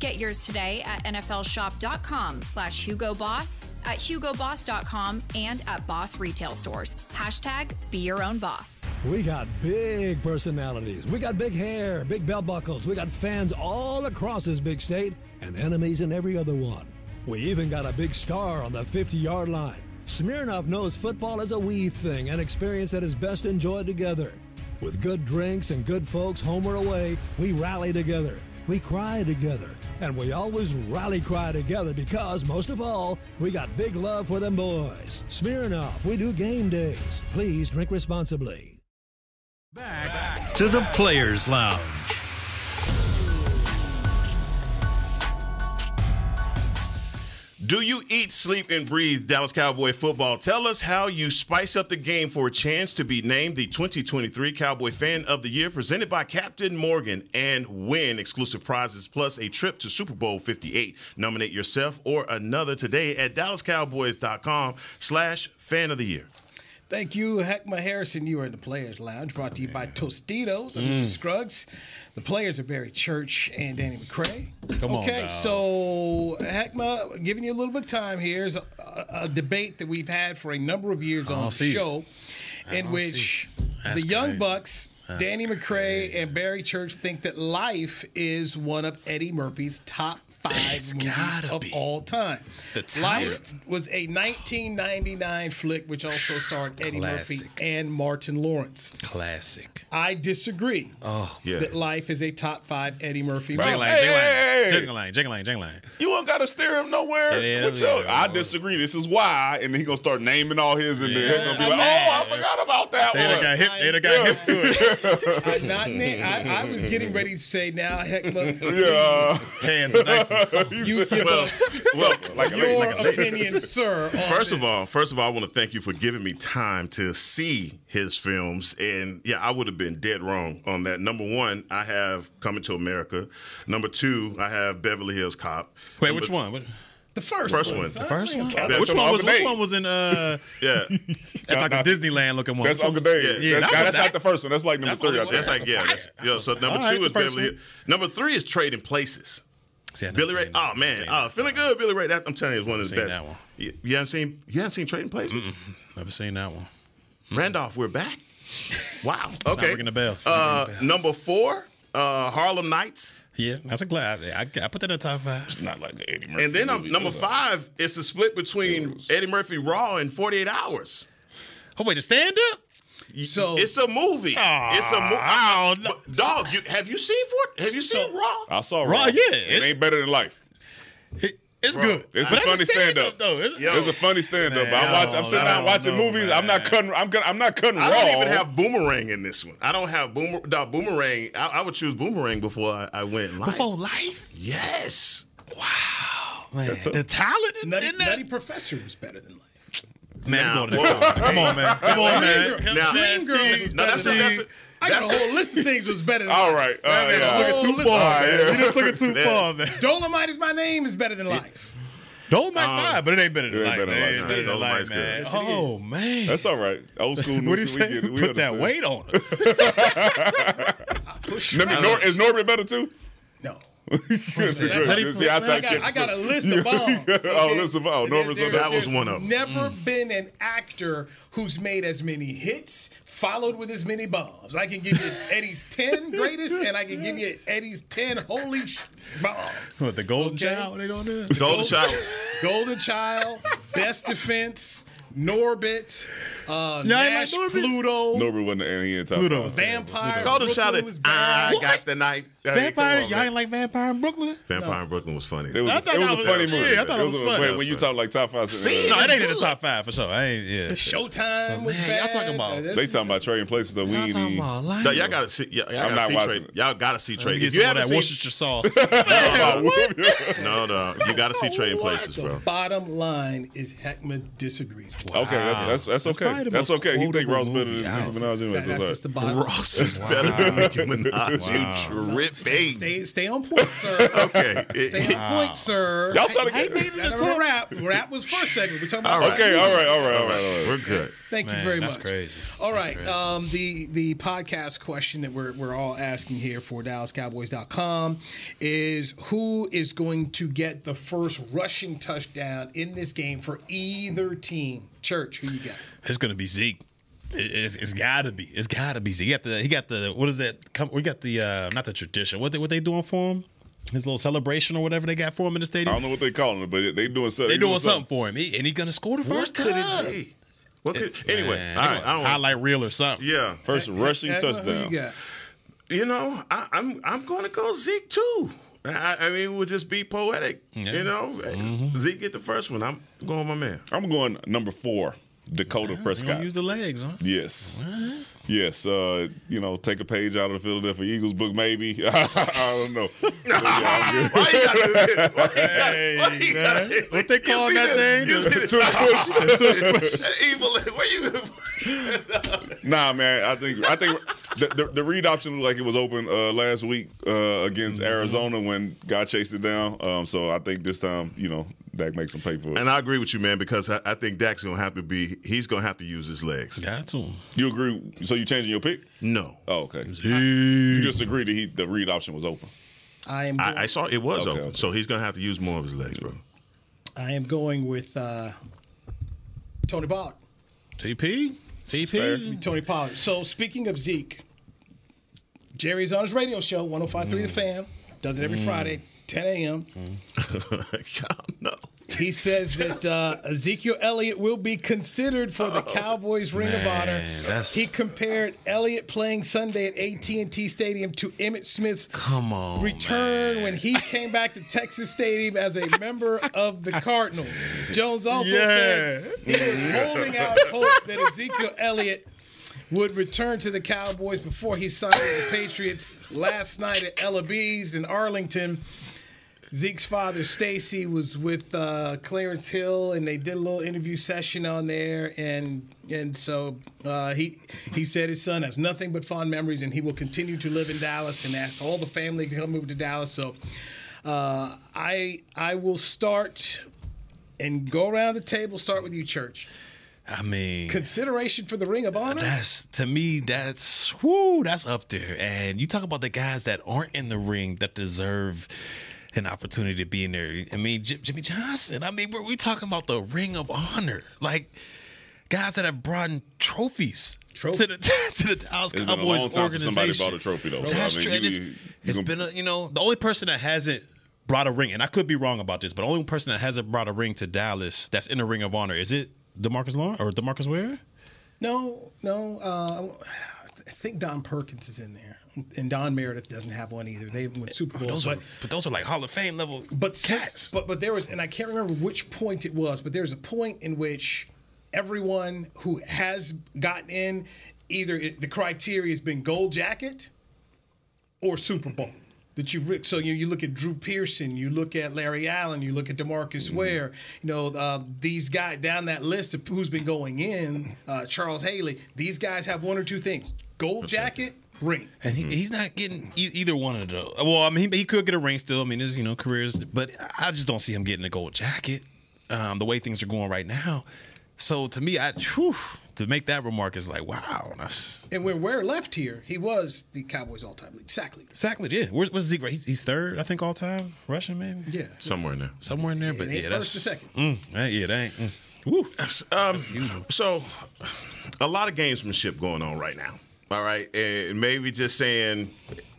[SPEAKER 8] Get yours today at nflshop.com slash Hugo Boss, at hugoboss.com, and at Boss Retail Stores. Hashtag be your own boss.
[SPEAKER 9] We got big personalities. We got big hair, big belt buckles. We got fans all across this big state and enemies in every other one. We even got a big star on the 50 yard line. Smirnoff knows football is a we thing, an experience that is best enjoyed together. With good drinks and good folks home or away, we rally together. We cry together. And we always rally cry together because, most of all, we got big love for them boys. Smirnoff, we do game days. Please drink responsibly.
[SPEAKER 10] Back to the Players Lounge.
[SPEAKER 3] Do you eat, sleep, and breathe Dallas Cowboy football? Tell us how you spice up the game for a chance to be named the 2023 Cowboy Fan of the Year, presented by Captain Morgan, and win exclusive prizes plus a trip to Super Bowl 58. Nominate yourself or another today at DallasCowboys.com slash fan of the year.
[SPEAKER 1] Thank you, Heckma Harrison. You are in the Players Lounge, brought to you by Tostitos. I'm mm. Scruggs. The players are Barry Church and Danny McCray.
[SPEAKER 5] Come on
[SPEAKER 1] okay,
[SPEAKER 5] now.
[SPEAKER 1] so Heckma, giving you a little bit of time here is a, a debate that we've had for a number of years on the
[SPEAKER 5] see it.
[SPEAKER 1] show, in
[SPEAKER 5] don't
[SPEAKER 1] which
[SPEAKER 5] see it. That's
[SPEAKER 1] the Young
[SPEAKER 5] crazy.
[SPEAKER 1] Bucks,
[SPEAKER 5] That's
[SPEAKER 1] Danny McCray,
[SPEAKER 5] crazy.
[SPEAKER 1] and Barry Church think that Life is one of Eddie Murphy's top five
[SPEAKER 5] It's
[SPEAKER 1] movies
[SPEAKER 5] gotta
[SPEAKER 1] of
[SPEAKER 5] be.
[SPEAKER 1] all time.
[SPEAKER 5] The Tower.
[SPEAKER 1] Life was a 1999 flick which also starred Eddie
[SPEAKER 5] Classic.
[SPEAKER 1] Murphy and Martin Lawrence.
[SPEAKER 5] Classic.
[SPEAKER 1] I disagree
[SPEAKER 3] Yeah.
[SPEAKER 1] that Life is a top five Eddie Murphy
[SPEAKER 5] Jing
[SPEAKER 1] movie.
[SPEAKER 5] Lang, Jing
[SPEAKER 2] hey,
[SPEAKER 5] Lang,
[SPEAKER 2] hey.
[SPEAKER 5] Jing Lang, Jing Lang, Jing Lang.
[SPEAKER 2] You don't gotta steer him nowhere.
[SPEAKER 5] Yeah, yeah,
[SPEAKER 2] What
[SPEAKER 5] yeah.
[SPEAKER 2] your- I disagree. This is why, and then he gonna start naming all his, and then he's gonna be like, "Oh, I forgot about that
[SPEAKER 5] They done
[SPEAKER 2] one."
[SPEAKER 5] got hit. They done got hit to it.
[SPEAKER 1] I'm not na- I, I was getting ready to say now, Heckma,
[SPEAKER 2] Yeah,
[SPEAKER 5] Hands are nice and soft.
[SPEAKER 1] you give
[SPEAKER 3] Well,
[SPEAKER 1] us
[SPEAKER 3] well, like,
[SPEAKER 1] your
[SPEAKER 3] like I said,
[SPEAKER 1] opinion, sir. on
[SPEAKER 3] First of
[SPEAKER 1] this.
[SPEAKER 3] all, first of all, I want to thank you for giving me time to see his films. And yeah, I would have been dead wrong on that. Number one, I have Coming to America. Number two, I have Beverly Hills Cop.
[SPEAKER 5] Wait,
[SPEAKER 3] Number-
[SPEAKER 5] which one? What-
[SPEAKER 1] the first,
[SPEAKER 3] First
[SPEAKER 1] one,
[SPEAKER 3] one.
[SPEAKER 1] son.
[SPEAKER 5] First one.
[SPEAKER 2] That's
[SPEAKER 5] Which
[SPEAKER 2] from
[SPEAKER 5] one was?
[SPEAKER 2] Uncle
[SPEAKER 5] Which
[SPEAKER 2] Dave.
[SPEAKER 5] one was in uh?
[SPEAKER 3] Yeah,
[SPEAKER 5] That's like a Disneyland looking one.
[SPEAKER 2] that's
[SPEAKER 5] Which one
[SPEAKER 2] Uncle
[SPEAKER 5] was-
[SPEAKER 2] Dave.
[SPEAKER 5] Yeah, yeah,
[SPEAKER 2] that's,
[SPEAKER 5] that was
[SPEAKER 2] that's not the first one. That's like number
[SPEAKER 5] That's
[SPEAKER 2] three. I
[SPEAKER 5] like-
[SPEAKER 2] think.
[SPEAKER 3] that's like yeah. That's, yeah so number
[SPEAKER 5] All right,
[SPEAKER 3] two is
[SPEAKER 5] the first
[SPEAKER 3] Beverly. Hill-
[SPEAKER 5] one.
[SPEAKER 3] Number three is Trading Places.
[SPEAKER 5] See, I never
[SPEAKER 3] Billy
[SPEAKER 5] seen
[SPEAKER 3] Ray.
[SPEAKER 5] that.
[SPEAKER 3] Oh man,
[SPEAKER 5] Seen that.
[SPEAKER 2] uh,
[SPEAKER 3] oh feeling good, Billy Ray. That, I'm telling you, is one of the
[SPEAKER 5] Seen
[SPEAKER 3] best.
[SPEAKER 5] that one.
[SPEAKER 3] You, you haven't seen you haven't seen Trading Places.
[SPEAKER 5] Never seen that one.
[SPEAKER 3] Randolph, we're back. Wow. Okay.
[SPEAKER 5] ringing the bell. It's not
[SPEAKER 3] Uh, number four, uh, Harlem Nights.
[SPEAKER 5] Yeah, that's a glad. I, I, I put that in the top five.
[SPEAKER 2] not like the Eddie Murphy.
[SPEAKER 3] And then I'm,
[SPEAKER 2] movie.
[SPEAKER 3] number five, it's the split between Eddie Murphy Raw and 48 Hours.
[SPEAKER 5] Oh wait, the stand up.
[SPEAKER 1] So
[SPEAKER 3] It's a movie. it's a
[SPEAKER 5] Oh,
[SPEAKER 3] movie.
[SPEAKER 5] no.
[SPEAKER 3] Dog, you, have you seen for Have you seen Raw?
[SPEAKER 2] I saw Raw.
[SPEAKER 5] Raw, yeah.
[SPEAKER 2] it ain't better than life.
[SPEAKER 5] It's
[SPEAKER 3] Bro,
[SPEAKER 5] good. But
[SPEAKER 2] it's a
[SPEAKER 5] that's
[SPEAKER 2] funny stand-up.
[SPEAKER 5] though. It's-
[SPEAKER 3] Yo.
[SPEAKER 2] It's a funny stand up. I'm, watch, I'm sitting
[SPEAKER 5] I
[SPEAKER 2] down
[SPEAKER 5] don't
[SPEAKER 2] watching
[SPEAKER 5] know,
[SPEAKER 2] movies. I'm not cutting. I'm cutting. I'm not cutting
[SPEAKER 3] I
[SPEAKER 2] raw.
[SPEAKER 3] don't even have Boomerang in this one. I don't have boomer, dog, Boomerang. I, I would choose Boomerang before I, I went live.
[SPEAKER 5] Before life,
[SPEAKER 3] Yes.
[SPEAKER 5] man, the talent in,
[SPEAKER 1] Nutty,
[SPEAKER 5] in that
[SPEAKER 1] Nutty Professor was better than Life.
[SPEAKER 5] man,
[SPEAKER 3] Now,
[SPEAKER 5] I'm going to the top. come on, man, come on, man.
[SPEAKER 1] Dream
[SPEAKER 3] Now,
[SPEAKER 1] Girls is
[SPEAKER 3] now that's a,
[SPEAKER 1] better
[SPEAKER 3] that's a,
[SPEAKER 1] I got
[SPEAKER 3] that's
[SPEAKER 1] a
[SPEAKER 3] a-
[SPEAKER 1] whole list of things that was better than
[SPEAKER 2] All
[SPEAKER 1] Life.
[SPEAKER 2] right. Uh, yeah.
[SPEAKER 1] took it too far,
[SPEAKER 2] All right, yeah.
[SPEAKER 5] You done took it too
[SPEAKER 3] Yeah.
[SPEAKER 5] far, man.
[SPEAKER 1] Dolomite is my name is better than Life.
[SPEAKER 5] Dolomite's fine, but it ain't better than
[SPEAKER 2] it
[SPEAKER 5] life.
[SPEAKER 2] ain't better than
[SPEAKER 5] man.
[SPEAKER 2] life.
[SPEAKER 5] It's
[SPEAKER 2] Nah,
[SPEAKER 5] better than life,
[SPEAKER 3] Dolomite's good.
[SPEAKER 5] man.
[SPEAKER 1] Yes, it
[SPEAKER 5] Oh man,
[SPEAKER 2] That's all right. Old school. New
[SPEAKER 5] what do you
[SPEAKER 2] school,
[SPEAKER 5] say?
[SPEAKER 2] We get it. We
[SPEAKER 5] Put that
[SPEAKER 2] understand.
[SPEAKER 5] weight on it.
[SPEAKER 2] Nor- Nor- is Norbert better too?
[SPEAKER 1] No.
[SPEAKER 2] See,
[SPEAKER 5] That's how they-
[SPEAKER 2] see, I
[SPEAKER 1] I
[SPEAKER 2] type
[SPEAKER 1] got,
[SPEAKER 2] shit.
[SPEAKER 1] I got a list of bombs.
[SPEAKER 2] Oh, list of Mm. bombs.
[SPEAKER 1] There-
[SPEAKER 2] Norman's on
[SPEAKER 1] there-
[SPEAKER 3] that was
[SPEAKER 1] there's
[SPEAKER 3] one of 'em.
[SPEAKER 1] Never been an actor who's made as many hits, followed with as many bombs. I can give you Eddie's 10 greatest, and I can give you Eddie's 10 holy sh- bombs.
[SPEAKER 5] What the golden
[SPEAKER 1] Okay.
[SPEAKER 5] child? What they gonna do?
[SPEAKER 3] Golden Child.
[SPEAKER 1] Golden Child, Best Defense, Norbit, uh,
[SPEAKER 5] Yeah, I like
[SPEAKER 1] Nash,
[SPEAKER 5] Norbit.
[SPEAKER 1] Pluto,
[SPEAKER 2] Norbert wasn't and he ain't top
[SPEAKER 5] Pluto
[SPEAKER 2] five.
[SPEAKER 5] was there.
[SPEAKER 1] Vampire.
[SPEAKER 3] Golden
[SPEAKER 1] Brooklyn
[SPEAKER 3] Child.
[SPEAKER 1] was bad.
[SPEAKER 3] I got the knife. Hey, come
[SPEAKER 5] Vampire,
[SPEAKER 3] on,
[SPEAKER 5] y'all
[SPEAKER 3] man.
[SPEAKER 5] ain't like Vampire in Brooklyn?
[SPEAKER 3] Vampire in Brooklyn was funny.
[SPEAKER 2] It was,
[SPEAKER 5] I
[SPEAKER 2] it
[SPEAKER 5] thought
[SPEAKER 2] was
[SPEAKER 5] that
[SPEAKER 2] a
[SPEAKER 5] was-
[SPEAKER 2] funny movie.
[SPEAKER 5] yeah, I thought it was
[SPEAKER 2] a-
[SPEAKER 5] funny.
[SPEAKER 2] When, when you talk like top five, uh,
[SPEAKER 3] See?
[SPEAKER 5] No, it ain't in the top five for sure. I ain't. Yeah,
[SPEAKER 1] Showtime was
[SPEAKER 5] Oh, man, y'all
[SPEAKER 1] bad.
[SPEAKER 5] talking about-
[SPEAKER 1] Uh, this-
[SPEAKER 2] they talking about trading places that we
[SPEAKER 5] Y'all
[SPEAKER 2] ain't
[SPEAKER 5] talking
[SPEAKER 2] even.
[SPEAKER 5] about life.
[SPEAKER 3] No, y'all gotta see. Y'all, y'all
[SPEAKER 2] I'm
[SPEAKER 3] gotta
[SPEAKER 2] not
[SPEAKER 3] see
[SPEAKER 2] watching
[SPEAKER 3] trade.
[SPEAKER 2] it.
[SPEAKER 3] Y'all gotta see
[SPEAKER 5] Let me
[SPEAKER 3] trade.
[SPEAKER 5] get
[SPEAKER 3] If
[SPEAKER 5] some
[SPEAKER 3] you
[SPEAKER 5] of
[SPEAKER 3] haven't
[SPEAKER 5] that
[SPEAKER 3] seen,
[SPEAKER 5] Worcestershire sauce.
[SPEAKER 3] no, no, you gotta see trade places,
[SPEAKER 1] The
[SPEAKER 3] bro.
[SPEAKER 1] bottom line is Heckman disagrees.
[SPEAKER 2] Okay, that's, that's, that's
[SPEAKER 5] That's
[SPEAKER 2] okay.
[SPEAKER 5] probably the
[SPEAKER 2] That's
[SPEAKER 5] most
[SPEAKER 2] okay. He think
[SPEAKER 5] quotable
[SPEAKER 2] Ross better
[SPEAKER 5] movie
[SPEAKER 2] than
[SPEAKER 5] out.
[SPEAKER 2] Nicki Minaj anyway.
[SPEAKER 1] That-
[SPEAKER 2] so
[SPEAKER 1] that's
[SPEAKER 2] it's
[SPEAKER 1] just the
[SPEAKER 2] all
[SPEAKER 1] bottom line.
[SPEAKER 3] Ross is better than Nicki Minaj. You tripping?
[SPEAKER 1] Stay, stay on point, sir.
[SPEAKER 3] Okay.
[SPEAKER 1] Stay on point, sir.
[SPEAKER 2] Y'all started
[SPEAKER 1] Hey,
[SPEAKER 2] getting-
[SPEAKER 1] hey, that's a wrap. Rap was first segment. We're talking about
[SPEAKER 3] All right.
[SPEAKER 2] right. Okay, all right, all right, all right, all right.
[SPEAKER 3] We're good.
[SPEAKER 1] Thank you
[SPEAKER 5] Man,
[SPEAKER 1] very
[SPEAKER 5] that's
[SPEAKER 1] much.
[SPEAKER 5] crazy.
[SPEAKER 1] All
[SPEAKER 5] That's
[SPEAKER 1] right.
[SPEAKER 5] crazy.
[SPEAKER 1] Um, the the podcast question that we're, we're all asking here for DallasCowboys.com is who is going to get the first rushing touchdown in this game for either team? Church, who you got?
[SPEAKER 5] It's gonna be Zeke. It- It's, it's gotta be. It's gotta be Zeke. He got the. He got the. What is that? Come, we got the. uh Not the tradition. What they what they doing for him? His little celebration or whatever they got for him in the
[SPEAKER 2] I
[SPEAKER 5] stadium.
[SPEAKER 2] don't know what they calling it, but they doing something.
[SPEAKER 5] They doing something for him, He- and he's gonna score the first
[SPEAKER 3] could
[SPEAKER 5] time.
[SPEAKER 3] it be? What could,
[SPEAKER 5] Ah.
[SPEAKER 3] anyway,
[SPEAKER 5] Man,
[SPEAKER 3] all right, I don't.
[SPEAKER 5] highlight reel or something.
[SPEAKER 3] yeah,
[SPEAKER 2] First rushing
[SPEAKER 1] Agma, Who
[SPEAKER 2] touchdown.
[SPEAKER 1] you got?
[SPEAKER 3] you know, I, I'm I'm going to go Zeke too. I, I mean, we'll just be poetic. You know,
[SPEAKER 5] Mm-hmm.
[SPEAKER 3] Zeke get the first one. I'm going, with my man.
[SPEAKER 2] I'm going number four, Dakota
[SPEAKER 5] You don't
[SPEAKER 2] Prescott.
[SPEAKER 5] use the legs, huh?
[SPEAKER 2] Yes. Yes. Uh, you know, take a page out of the Philadelphia Eagles book, maybe. I don't know. But yeah, I'm good.
[SPEAKER 3] Why you gotta do this? Why you gotta-
[SPEAKER 5] Hey,
[SPEAKER 3] why you gotta-
[SPEAKER 5] man. What they
[SPEAKER 3] You
[SPEAKER 5] calling
[SPEAKER 3] see
[SPEAKER 5] that
[SPEAKER 3] this?
[SPEAKER 5] thing?
[SPEAKER 3] You see this? That Evil. Where you?
[SPEAKER 2] Nah, man. I think I think the, the, the read option looked like it was open uh, last week uh, against Arizona when God chased it down. Um, so I think this time, you know, Dak makes them pay for it.
[SPEAKER 3] And I agree with you, man, because I, I think Dak's gonna have to be. He's gonna have to use his legs.
[SPEAKER 5] Got to him.
[SPEAKER 2] You agree? So you changing your pick?
[SPEAKER 3] No,
[SPEAKER 2] Oh, okay. You just agree that he, the read option was open.
[SPEAKER 1] I am going,
[SPEAKER 3] I, I saw it was
[SPEAKER 2] Okay,
[SPEAKER 3] open,
[SPEAKER 2] okay.
[SPEAKER 3] so he's gonna have to use more of his legs, bro.
[SPEAKER 1] I am going with uh, Tony Pollard.
[SPEAKER 5] TP. TP.
[SPEAKER 1] Tony Pollard. So speaking of Zeke, Jerry's on his radio show, 1053 The Fam, does it every Friday, 10 a.m.
[SPEAKER 3] God, no.
[SPEAKER 1] He says that uh, Ezekiel Elliott will be considered for the Cowboys Ring of Honor.
[SPEAKER 5] Oh. Man, that's-
[SPEAKER 1] He compared Elliott playing Sunday at AT&T Stadium to Emmett Smith's
[SPEAKER 5] Come on.
[SPEAKER 1] return when he came back to Texas Stadium as a member of the Cardinals. Jones also said he was holding out hope that Ezekiel Elliott would return to the Cowboys before he signed with the Patriots last night at Ella B's in Arlington. Zeke's father, Stacy, was with uh, Clarence Hill, and they did a little interview session on there, and and so uh, he he said his son has nothing but fond memories, and he will continue to live in Dallas, and asked all the family to help move to Dallas. So uh, I I will start and go around the table. Start with you, Church.
[SPEAKER 5] I mean,
[SPEAKER 1] Consideration for the Ring of Honor.
[SPEAKER 5] That's to me, that's whoo, that's up there. And you talk about the guys that aren't in the ring that deserve an opportunity to be in there. I mean, Jim, Jimmy Johnson. I mean, we're we talking about the Ring of Honor, like guys that have brought in trophies to
[SPEAKER 1] Trophy.
[SPEAKER 5] the to the Dallas
[SPEAKER 2] It's been a
[SPEAKER 5] Cowboys
[SPEAKER 2] long time since
[SPEAKER 5] organization.
[SPEAKER 2] somebody bought a trophy, though. So, I
[SPEAKER 5] That's
[SPEAKER 2] mean,
[SPEAKER 5] true.
[SPEAKER 2] you-
[SPEAKER 5] And it's
[SPEAKER 2] you- you
[SPEAKER 5] it's
[SPEAKER 2] gonna-
[SPEAKER 5] been a, you know the only person that hasn't brought a ring, and I could be wrong about this, but the only person that hasn't brought a ring to Dallas that's in the Ring of Honor is it Demarcus Lawrence or Demarcus Ware?
[SPEAKER 1] No, no. Uh, I think Don Perkins is in there, and Don Meredith doesn't have one either. They went Super Bowl.
[SPEAKER 5] Oh, Those
[SPEAKER 1] but,
[SPEAKER 5] are, but those are like Hall of Fame level
[SPEAKER 1] but since-
[SPEAKER 5] cats.
[SPEAKER 1] but but there was, and I can't remember which point it was, but there's a point in which everyone who has gotten in, either it, the criteria has been gold jacket or Super Bowl. That you've re- so you you look at Drew Pearson, you look at Larry Allen, you look at Demarcus Ware, you know uh, these guys down that list of who's been going in, uh, Charles Haley. These guys have one or two things: gold jacket, ring.
[SPEAKER 5] and he, he's not getting e- either one of those. Well, I mean, he, he could get a ring still. I mean, his you know careers, but I just don't see him getting a gold jacket. Um, the way things are going right now, so to me, I whew, to make that remark is like wow. That's
[SPEAKER 1] And when Ware left here, he was the Cowboys all-time league sack leader.
[SPEAKER 5] exactly it. Where's, where's Zeke? right? He's, he's third, I think, all time rushing maybe.
[SPEAKER 1] Yeah,
[SPEAKER 3] Somewhere in there.
[SPEAKER 5] somewhere in there. But
[SPEAKER 1] it ain't
[SPEAKER 5] yeah,
[SPEAKER 1] first
[SPEAKER 5] that's
[SPEAKER 1] or second.
[SPEAKER 5] Mm, that- yeah, that ain't. Mm, woo.
[SPEAKER 3] Um, so, a lot of gamesmanship going on right now. All right, and maybe just saying.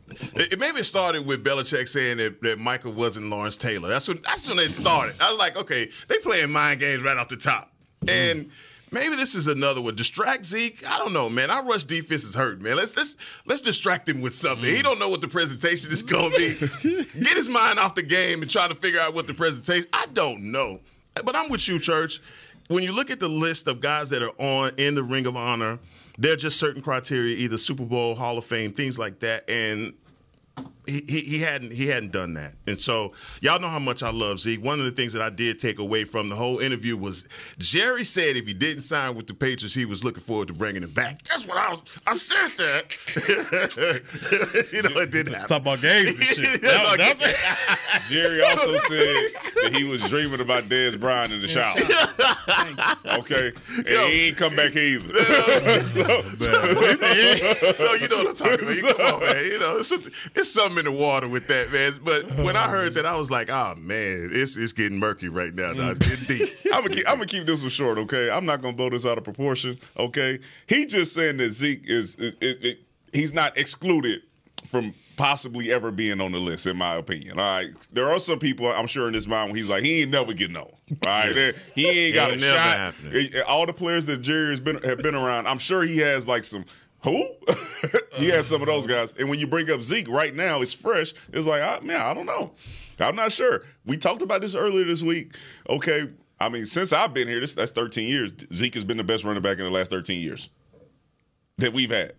[SPEAKER 3] It, it maybe it started with Belichick saying that, that Michael wasn't Lawrence Taylor. That's when that's when it started. I was like, okay, they playing mind games right off the top, and maybe this is another one. Distract Zeke. I don't know, man. Our rush defense is hurt, man. Let's let's let's distract him with something. He don't know what the presentation is gonna be. Get his mind off the game and try to figure out what the presentation. I don't know, but I'm with you, Church when you look at the list of guys that are on in the Ring of Honor, there are just certain criteria, either Super Bowl, Hall of Fame, things like that. And he, he he hadn't he hadn't done that. And so y'all know how much I love Zeke. One of the things that I did take away from the whole interview was Jerry said if he didn't sign with the Patriots, he was looking forward to bringing him back. That's what I was, I said that. you know, it didn't happen.
[SPEAKER 5] Talk about games and shit. That- that's it.
[SPEAKER 2] Jerry also said that he was dreaming about Dez Bryant in the shower. Okay, and
[SPEAKER 3] Yo.
[SPEAKER 2] he ain't come back either. so,
[SPEAKER 3] so you know what I'm talking about. You- Come on, man. You know, it's, something- it's something in the water with that, man. But when I heard that, I was like, oh man, it's it's getting murky right now. dog. It's getting deep.
[SPEAKER 2] I'm gonna keep, I'm gonna keep this one short, okay? I'm not gonna blow this out of proportion, okay? He just saying that Zeke is, is, is- is- he's not excluded from possibly ever being on the list, in my opinion. All right, there are some people I'm sure in his mind when he's like, he ain't never getting on. All right, There- he ain't got a
[SPEAKER 3] Ain't never
[SPEAKER 2] shot.
[SPEAKER 3] happening.
[SPEAKER 2] Eh, All the players that Jerry has been have been around, I'm sure he has like some. Who? he has some of those guys. And when you bring up Zeke right now, it's fresh. It's like, I, man, I don't know. I'm not sure. We talked about this earlier this week. Okay, I mean, since I've been here, this that's 13 years. Zeke has been the best running back in the last 13 years that we've had.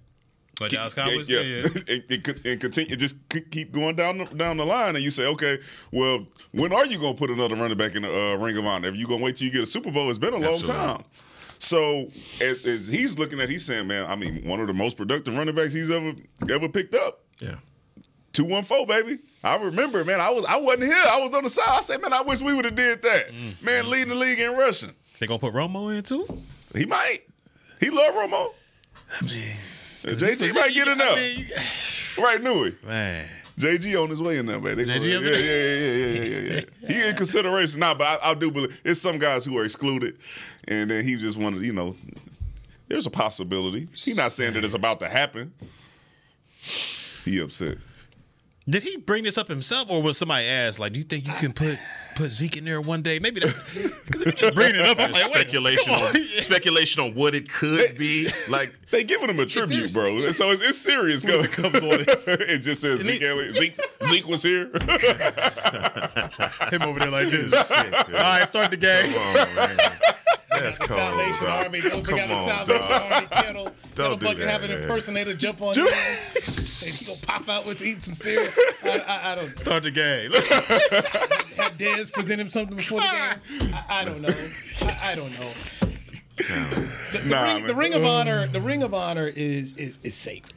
[SPEAKER 5] Like Dallas
[SPEAKER 2] Yeah,
[SPEAKER 5] Cowboys.
[SPEAKER 2] yeah.
[SPEAKER 5] Yeah, yeah.
[SPEAKER 2] and, and co- and continue, just c- keep going down the, down the line, and you say, okay, well, when are you going to put another running back in the uh, Ring of Honor? If you going to wait till you get a Super Bowl, it's been a long
[SPEAKER 3] Absolutely.
[SPEAKER 2] time. So as, as he's looking at, he's saying, man, I mean, one of the most productive running backs he's ever ever picked up.
[SPEAKER 3] Yeah.
[SPEAKER 2] Two one four, baby. I remember, man. I was I wasn't here. I was on the side. I said, man, I wish we would have did that. Man, leading the league in rushing.
[SPEAKER 5] They gonna put Romo in too?
[SPEAKER 2] He might. He love Romo. JG might get enough. right, knew it.
[SPEAKER 5] Man.
[SPEAKER 2] JG on his way in there, man. They gonna-
[SPEAKER 5] JG
[SPEAKER 2] yeah,
[SPEAKER 5] on
[SPEAKER 2] yeah,
[SPEAKER 5] the-
[SPEAKER 2] yeah, yeah, yeah, yeah, yeah. He in consideration now, but I, I do believe it's some guys who are excluded, and then he just wanted, you know, there's a possibility. He's not saying that it's about to happen. He upset.
[SPEAKER 5] Did he bring this up himself, or was somebody asked, like, do you think you can put put Zeke in there one day? Maybe that. 'cause if you bring it up, I'm like, wait,
[SPEAKER 3] speculation
[SPEAKER 5] come
[SPEAKER 3] on,
[SPEAKER 5] on.
[SPEAKER 3] speculation on what it could be. Like
[SPEAKER 2] They giving him a tribute, bro. So it's, it's serious. When it comes on, it just says Zeke, Elliott- Zeke, Zeke was here.
[SPEAKER 3] him over there like this. All right, start the game. Come on, man. That's cold,
[SPEAKER 1] Salvation
[SPEAKER 3] dog.
[SPEAKER 1] Army. Go pick out
[SPEAKER 3] Oh, Come
[SPEAKER 1] the
[SPEAKER 3] on,
[SPEAKER 1] Salvation
[SPEAKER 3] dog.
[SPEAKER 1] Army kettle. Tell
[SPEAKER 3] Don't
[SPEAKER 1] the
[SPEAKER 3] do
[SPEAKER 1] bucket
[SPEAKER 3] that,
[SPEAKER 1] have an
[SPEAKER 3] man.
[SPEAKER 1] impersonator jump on you. and he gonna pop out with eat some cereal. I, I, I don't.
[SPEAKER 3] Start the game.
[SPEAKER 1] Have Dez present him something before the game. I, I don't know. I, I don't know. The, the
[SPEAKER 2] Nah,
[SPEAKER 1] ring,
[SPEAKER 2] man.
[SPEAKER 1] the ring of honor. The ring of honor is is is sacred.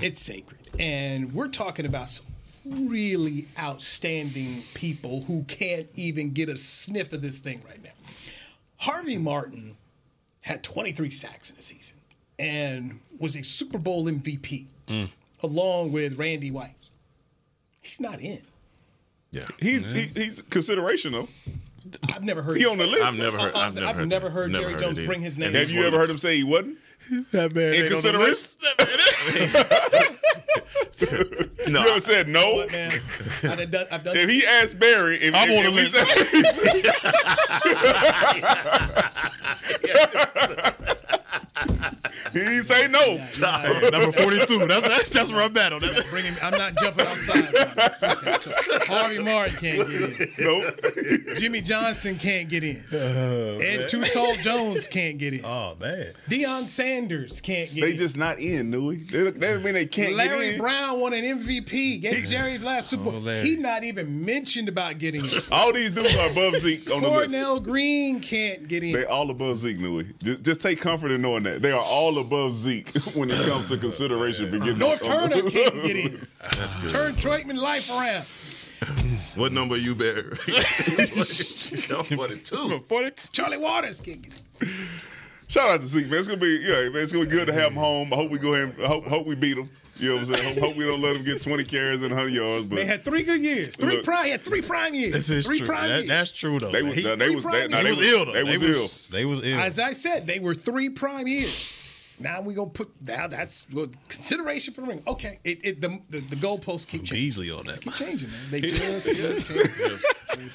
[SPEAKER 1] It's sacred, and we're talking about some really outstanding people who can't even get a sniff of this thing right now. Harvey Martin had 23 sacks in the season and was a Super Bowl MVP
[SPEAKER 2] Mm.
[SPEAKER 1] along with Randy White. He's not in.
[SPEAKER 2] He's he, he's consideration though.
[SPEAKER 1] I've never heard.
[SPEAKER 2] He on the list.
[SPEAKER 3] I've never heard. I've never
[SPEAKER 1] I've
[SPEAKER 3] heard,
[SPEAKER 1] never
[SPEAKER 3] that.
[SPEAKER 1] heard Jerry
[SPEAKER 3] it
[SPEAKER 1] Jones
[SPEAKER 3] either.
[SPEAKER 1] bring his name.
[SPEAKER 3] And
[SPEAKER 2] Have
[SPEAKER 3] he's
[SPEAKER 2] you
[SPEAKER 3] one
[SPEAKER 2] ever
[SPEAKER 3] of
[SPEAKER 2] heard him say he wasn't?
[SPEAKER 5] That man.
[SPEAKER 2] In
[SPEAKER 5] ain't on the
[SPEAKER 2] consideration.
[SPEAKER 5] list.
[SPEAKER 3] the- No,
[SPEAKER 2] You ever said no?
[SPEAKER 1] But man, I've done, I've done
[SPEAKER 2] If he asked Barry, if
[SPEAKER 5] I'm
[SPEAKER 2] if-
[SPEAKER 5] on the
[SPEAKER 2] if
[SPEAKER 5] list.
[SPEAKER 2] he said- he say no.
[SPEAKER 5] Number 42. That's, that's, that's where I'm at on that.
[SPEAKER 1] Bring him, I'm not jumping outside. Harvey Martin can't get in.
[SPEAKER 2] Nope. Oh,
[SPEAKER 1] Jimmy Johnston can't get in. Ed Too Tall Jones can't get in.
[SPEAKER 5] Oh, man.
[SPEAKER 1] Deion Sanders can't get
[SPEAKER 2] They
[SPEAKER 1] in.
[SPEAKER 2] just not in, Nui. They, that doesn't mean they can't
[SPEAKER 1] Larry
[SPEAKER 2] get in. Oh,
[SPEAKER 1] Brown won an MVP. Gave Jerry's last Super Bowl.
[SPEAKER 5] Larry.
[SPEAKER 1] he not even mentioned about getting in.
[SPEAKER 2] All these dudes are above Zeke on the list.
[SPEAKER 1] Cornell Green can't get in.
[SPEAKER 2] They all above Zeke, Nui. Just, just take comfort in knowing that they are all above Zeke when it comes to consideration for getting
[SPEAKER 1] North
[SPEAKER 2] us on the-
[SPEAKER 1] Turner can't get in. Turn Troitman life around.
[SPEAKER 3] What number you bear? Forty-two.
[SPEAKER 5] 42.
[SPEAKER 1] Charlie Waters can't get in.
[SPEAKER 2] Shout out to Zeke, man. It's gonna be, yeah, man. It's gonna be good to have him home. I hope we go ahead. And, I hope, hope we beat him. You know what I'm saying? Hope, hope we don't let him get 20 carries and 100 yards. But
[SPEAKER 1] They had three good years. Three
[SPEAKER 2] Look.
[SPEAKER 1] prime. Had three prime years.
[SPEAKER 5] This is
[SPEAKER 1] three
[SPEAKER 5] true.
[SPEAKER 1] prime
[SPEAKER 5] That,
[SPEAKER 1] years.
[SPEAKER 5] that's true, though.
[SPEAKER 2] They was,
[SPEAKER 5] He-
[SPEAKER 2] they, was,
[SPEAKER 1] three
[SPEAKER 2] they,
[SPEAKER 1] prime
[SPEAKER 2] nah, they
[SPEAKER 1] years.
[SPEAKER 2] was,
[SPEAKER 5] He was ill, though.
[SPEAKER 2] They was, ill.
[SPEAKER 5] They was ill.
[SPEAKER 1] As I said, they were three prime years. Now we gonna put now that's well, consideration for the ring. Okay, it, it the the, the goalposts keep changing.
[SPEAKER 5] Beasley on that.
[SPEAKER 1] Keep changing, man. They just keep changing.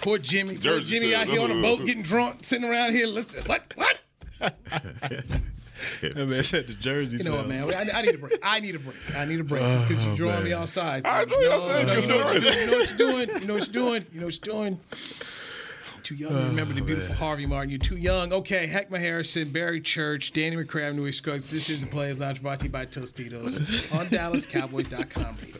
[SPEAKER 1] Poor Jimmy. Poor
[SPEAKER 2] Jersey
[SPEAKER 1] Jimmy
[SPEAKER 2] said,
[SPEAKER 1] out here on a boat getting drunk, sitting around here. Let's what what?
[SPEAKER 5] That man said the jersey.
[SPEAKER 1] You know what,
[SPEAKER 5] sales.
[SPEAKER 1] man? I, I need a break. I need a break. I need a break because you're drawing me outside.
[SPEAKER 2] I enjoy y'all saying
[SPEAKER 1] you know what
[SPEAKER 2] consideration.
[SPEAKER 1] you're doing. You know what you're doing. You know what you're doing. Too young to remember the beautiful Harvey Martin. You're too young. Okay, Heckma Harrison, Barry Church, Danny McCraven, Nui Scruggs. This is the Players Lounge brought to you by Tostitos on DallasCowboys.com. Radio.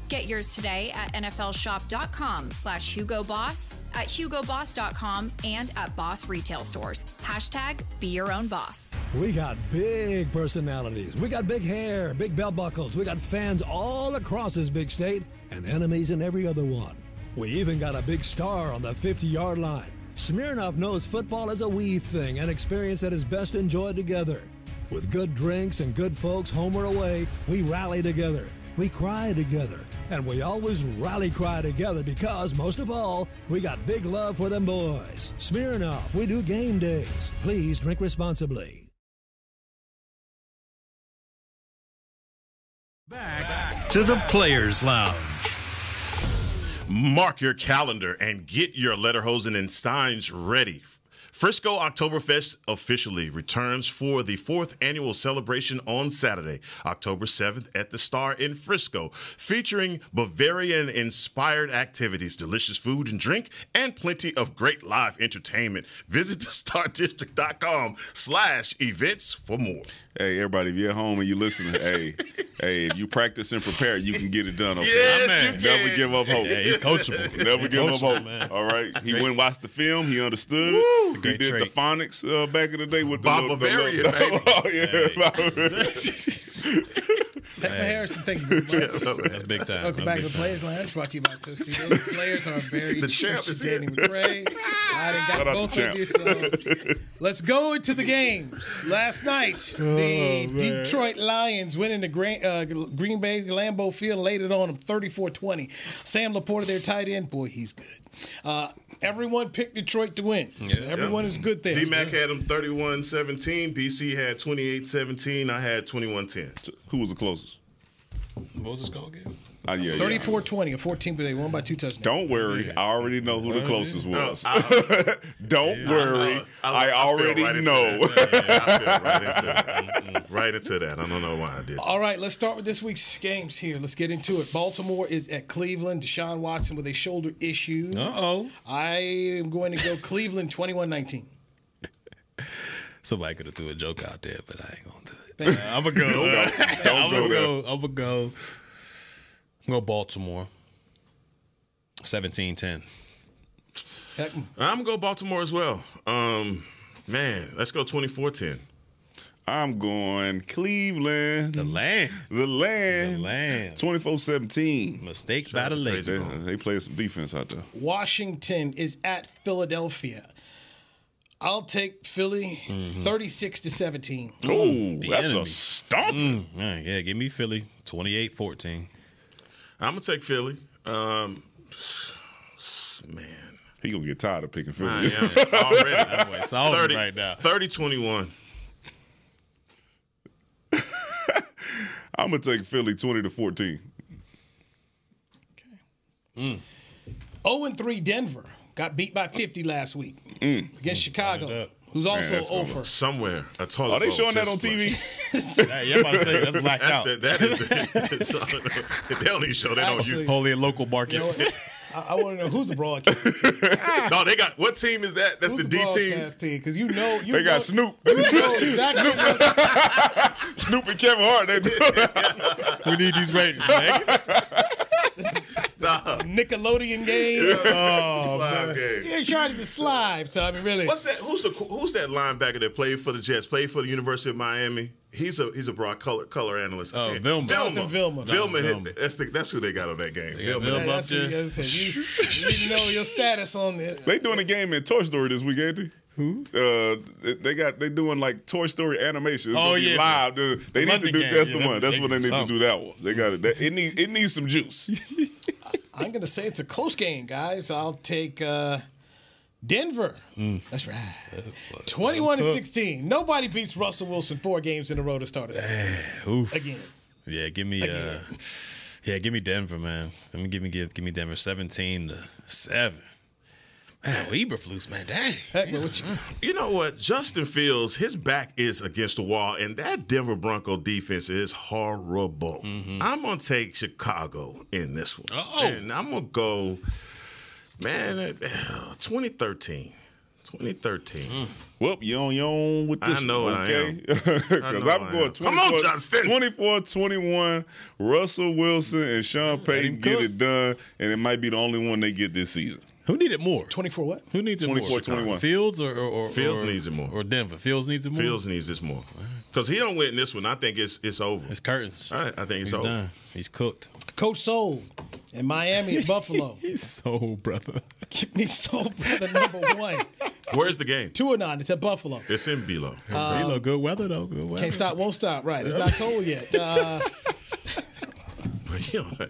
[SPEAKER 8] Get yours today at nflshop.com slash Hugo Boss, at hugoboss.com, and at Boss Retail Stores. Hashtag be your own boss.
[SPEAKER 9] We got big personalities. We got big hair, big belt buckles. We got fans all across this big state and enemies in every other one. We even got a big star on the 50 yard line. Smirnoff knows football is a wee thing, an experience that is best enjoyed together. With good drinks and good folks home or away, we rally together. We cry together. And we always rally cry together because, most of all, we got big love for them boys. Smirnoff, we do game days. Please drink responsibly.
[SPEAKER 10] Back to the Players Lounge.
[SPEAKER 3] Mark your calendar and get your Letterhosen and Steins ready. Frisco Oktoberfest officially returns for the fourth annual celebration on Saturday, October 7th at the Star in Frisco, featuring Bavarian inspired activities, delicious food and drink, and plenty of great live entertainment. Visit thestardistrict.com slash events for more.
[SPEAKER 2] Hey, everybody, if you're at home and you listening, hey, hey, if you practice and prepare, you can get it done. Okay?
[SPEAKER 3] Yes, you can.
[SPEAKER 2] Never give up hope.
[SPEAKER 4] Yeah, he's coachable.
[SPEAKER 2] Never
[SPEAKER 4] He's
[SPEAKER 2] give up
[SPEAKER 4] coachable,
[SPEAKER 2] hope.
[SPEAKER 4] man.
[SPEAKER 2] All right, he went and watched the film. He understood
[SPEAKER 4] It's a
[SPEAKER 2] it. He
[SPEAKER 4] great
[SPEAKER 2] did the
[SPEAKER 4] trait.
[SPEAKER 2] phonics uh, back in the day with the
[SPEAKER 3] Bob
[SPEAKER 2] little, the
[SPEAKER 3] Bavarian,
[SPEAKER 2] little-
[SPEAKER 3] baby.
[SPEAKER 2] oh, yeah,
[SPEAKER 1] Pepper Harrison, thank you very much.
[SPEAKER 4] That's big time. That's
[SPEAKER 1] Welcome back
[SPEAKER 4] big
[SPEAKER 1] to
[SPEAKER 4] time.
[SPEAKER 1] the Players Lounge, brought to you by Tostitos. The players are very
[SPEAKER 3] The
[SPEAKER 1] the
[SPEAKER 3] champ
[SPEAKER 1] champ
[SPEAKER 3] is
[SPEAKER 1] Danny
[SPEAKER 3] here.
[SPEAKER 1] McRae. I done
[SPEAKER 2] Shout
[SPEAKER 1] got
[SPEAKER 2] out
[SPEAKER 1] both
[SPEAKER 2] the
[SPEAKER 1] of you. So let's go into the games. Last night,
[SPEAKER 2] Oh,
[SPEAKER 1] the Detroit Lions went into Gran- uh, Green Bay Lambeau Field, laid it on them 34-20. Sam Laporta, their tight end, boy, he's good. Uh, everyone picked Detroit to win. so everyone is good there.
[SPEAKER 3] D Mac had him 31 17. BC had 28 17. I had 21 10.
[SPEAKER 2] Who was the closest?
[SPEAKER 4] What was the score again?
[SPEAKER 2] Uh, yeah, yeah.
[SPEAKER 1] 34-20, a 14 play, won by two touchdowns.
[SPEAKER 2] Don't worry. I already know who the closest was.
[SPEAKER 3] I-
[SPEAKER 2] Don't worry. I,
[SPEAKER 3] fell
[SPEAKER 2] already
[SPEAKER 3] right into
[SPEAKER 2] know.
[SPEAKER 3] that. Yeah, I fell right into that. Right into that. I don't know why I did.
[SPEAKER 1] All right, let's start with this week's games here. Let's get into it. Baltimore is at Cleveland. Deshaun Watson with a shoulder issue.
[SPEAKER 4] Uh oh.
[SPEAKER 1] I am going to go Cleveland 21 19.
[SPEAKER 4] Somebody could have threw a joke out there, but I ain't gonna do it.
[SPEAKER 1] Thank you.
[SPEAKER 4] I'm gonna go.
[SPEAKER 2] Don't
[SPEAKER 4] I'm
[SPEAKER 2] go
[SPEAKER 4] gonna
[SPEAKER 2] there.
[SPEAKER 4] go. I'm gonna go. I'm gonna Baltimore. 17-10.
[SPEAKER 3] I'm going to go Baltimore as well. Um, Man, let's go 24 10.
[SPEAKER 2] I'm going Cleveland.
[SPEAKER 4] The land.
[SPEAKER 2] The land.
[SPEAKER 4] The land.
[SPEAKER 2] 24 17.
[SPEAKER 4] Mistake by the lake.
[SPEAKER 2] They, they play some defense out there.
[SPEAKER 1] Washington is at Philadelphia. I'll take Philly
[SPEAKER 3] Mm-hmm.
[SPEAKER 1] 36 to 17.
[SPEAKER 2] Oh, that's
[SPEAKER 4] enemy.
[SPEAKER 2] a stomp.
[SPEAKER 4] Yeah, yeah, give me Philly. 28-14.
[SPEAKER 3] I'm going to take Philly. Um, man.
[SPEAKER 2] He going to get tired of picking
[SPEAKER 3] I
[SPEAKER 2] Philly.
[SPEAKER 3] am already.
[SPEAKER 4] It's all
[SPEAKER 3] 30,
[SPEAKER 4] right now.
[SPEAKER 3] 30 21.
[SPEAKER 2] I'm going to take Philly 20 to 14.
[SPEAKER 1] 0 and 3 Denver got beat by 50 last week
[SPEAKER 3] Mm.
[SPEAKER 1] against Chicago, who's also
[SPEAKER 2] that's gonna
[SPEAKER 1] over.
[SPEAKER 3] Somewhere. A toilet
[SPEAKER 2] Are they
[SPEAKER 3] bowl
[SPEAKER 2] showing that
[SPEAKER 3] Oh, just
[SPEAKER 2] on
[SPEAKER 3] flushed.
[SPEAKER 2] TV?
[SPEAKER 4] Yeah, yeah, I'm about to say that's blacked
[SPEAKER 3] That's
[SPEAKER 4] out.
[SPEAKER 3] the, that is the, they don't even show that on
[SPEAKER 1] Actually,
[SPEAKER 3] you.
[SPEAKER 4] Holy and local
[SPEAKER 1] You know
[SPEAKER 4] markets.
[SPEAKER 1] what? I, I want to know who's the broadcast.
[SPEAKER 3] no, they got what team is that? That's
[SPEAKER 1] who's
[SPEAKER 3] the D team.
[SPEAKER 1] broadcast team? Because you know you
[SPEAKER 2] They
[SPEAKER 1] know,
[SPEAKER 2] got Snoop.
[SPEAKER 1] know exactly
[SPEAKER 2] Snoop and Kevin Hart. They
[SPEAKER 5] We need these ratings, man.
[SPEAKER 3] Nah,
[SPEAKER 1] Nickelodeon game. Oh,
[SPEAKER 3] five games.
[SPEAKER 1] You're trying to slide, Tommy. Really?
[SPEAKER 3] What's that? Who's the who's that linebacker that played for the Jets? Played for the University of Miami. He's a he's a broad color color analyst.
[SPEAKER 5] Oh,
[SPEAKER 3] Yeah.
[SPEAKER 5] Vilma.
[SPEAKER 3] Vilma.
[SPEAKER 1] Jonathan Vilma.
[SPEAKER 3] Vilma.
[SPEAKER 5] Jonathan Vilma.
[SPEAKER 3] That's the, that's who they got on that game.
[SPEAKER 5] got
[SPEAKER 3] Vilma.
[SPEAKER 5] Vilma.
[SPEAKER 1] Hey, that's
[SPEAKER 5] up
[SPEAKER 1] what
[SPEAKER 5] there.
[SPEAKER 1] you, gotta say. you, you need to know your status on it.
[SPEAKER 2] They doing a game in Toy Story this week, ain't they? Who? Uh, they- they got they doing like Toy Story animation. It's
[SPEAKER 5] Oh,
[SPEAKER 2] gonna be
[SPEAKER 5] yeah.
[SPEAKER 2] Live. They- They need to
[SPEAKER 5] London
[SPEAKER 2] do
[SPEAKER 5] game.
[SPEAKER 2] that's
[SPEAKER 5] Yeah,
[SPEAKER 2] the one. That's
[SPEAKER 5] they
[SPEAKER 2] what they
[SPEAKER 5] need
[SPEAKER 2] need to
[SPEAKER 5] something.
[SPEAKER 2] do. That one. They got it. That, it need it needs some juice.
[SPEAKER 1] I'm gonna say it's a close game, guys. I'll take uh, Denver.
[SPEAKER 5] Hmm.
[SPEAKER 1] That's right. 21 to 16. Nobody beats Russell Wilson four games in a row to start a season.
[SPEAKER 5] Oof.
[SPEAKER 1] Again.
[SPEAKER 5] Yeah, give me uh
[SPEAKER 1] Again.
[SPEAKER 5] Yeah, give me Denver, man. Let me give me give, give me Denver 17 to 7. Man, Eberflus, man. Dang.
[SPEAKER 1] Heck, man, what you,
[SPEAKER 3] You know what? Justin Fields, his back is against the wall, and that Denver Bronco defense is horrible. I'm gonna take Chicago in this one,
[SPEAKER 5] Mm-hmm. Uh-oh.
[SPEAKER 3] and I'm gonna go, man, uh, 2013, 2013.
[SPEAKER 2] Well, you on your own with
[SPEAKER 3] I
[SPEAKER 2] this.
[SPEAKER 3] know
[SPEAKER 2] one,
[SPEAKER 3] I
[SPEAKER 2] okay?
[SPEAKER 3] am. I
[SPEAKER 2] Because
[SPEAKER 3] know
[SPEAKER 2] I'm
[SPEAKER 3] I
[SPEAKER 2] going
[SPEAKER 3] am. Come on,
[SPEAKER 2] 24
[SPEAKER 3] Justin.
[SPEAKER 2] 24-21, Russell Wilson and Sean Payton get it done, and it might be the only one they get this season.
[SPEAKER 5] Who needed more?
[SPEAKER 1] 24 what?
[SPEAKER 5] Who needs it
[SPEAKER 2] 24,
[SPEAKER 5] more?
[SPEAKER 2] 21.
[SPEAKER 5] Fields or, or, or
[SPEAKER 3] Fields
[SPEAKER 5] or-
[SPEAKER 3] needs it more.
[SPEAKER 5] Or Denver. Fields needs it more.
[SPEAKER 3] Fields needs this more because he don't win this one. I think it's it's over.
[SPEAKER 5] It's curtains.
[SPEAKER 3] I, I think it's
[SPEAKER 5] He's
[SPEAKER 3] over.
[SPEAKER 5] done. He's cooked.
[SPEAKER 1] Coach Soul in Miami at Buffalo.
[SPEAKER 5] He's so brother.
[SPEAKER 1] Give me Soul brother number one.
[SPEAKER 3] Where's the game?
[SPEAKER 1] Two or nine. It's at Buffalo.
[SPEAKER 3] It's in Belo.
[SPEAKER 5] you look good weather though. Good weather.
[SPEAKER 1] Can't stop, won't stop. Right. It's not cold yet. Uh,
[SPEAKER 3] But, you know,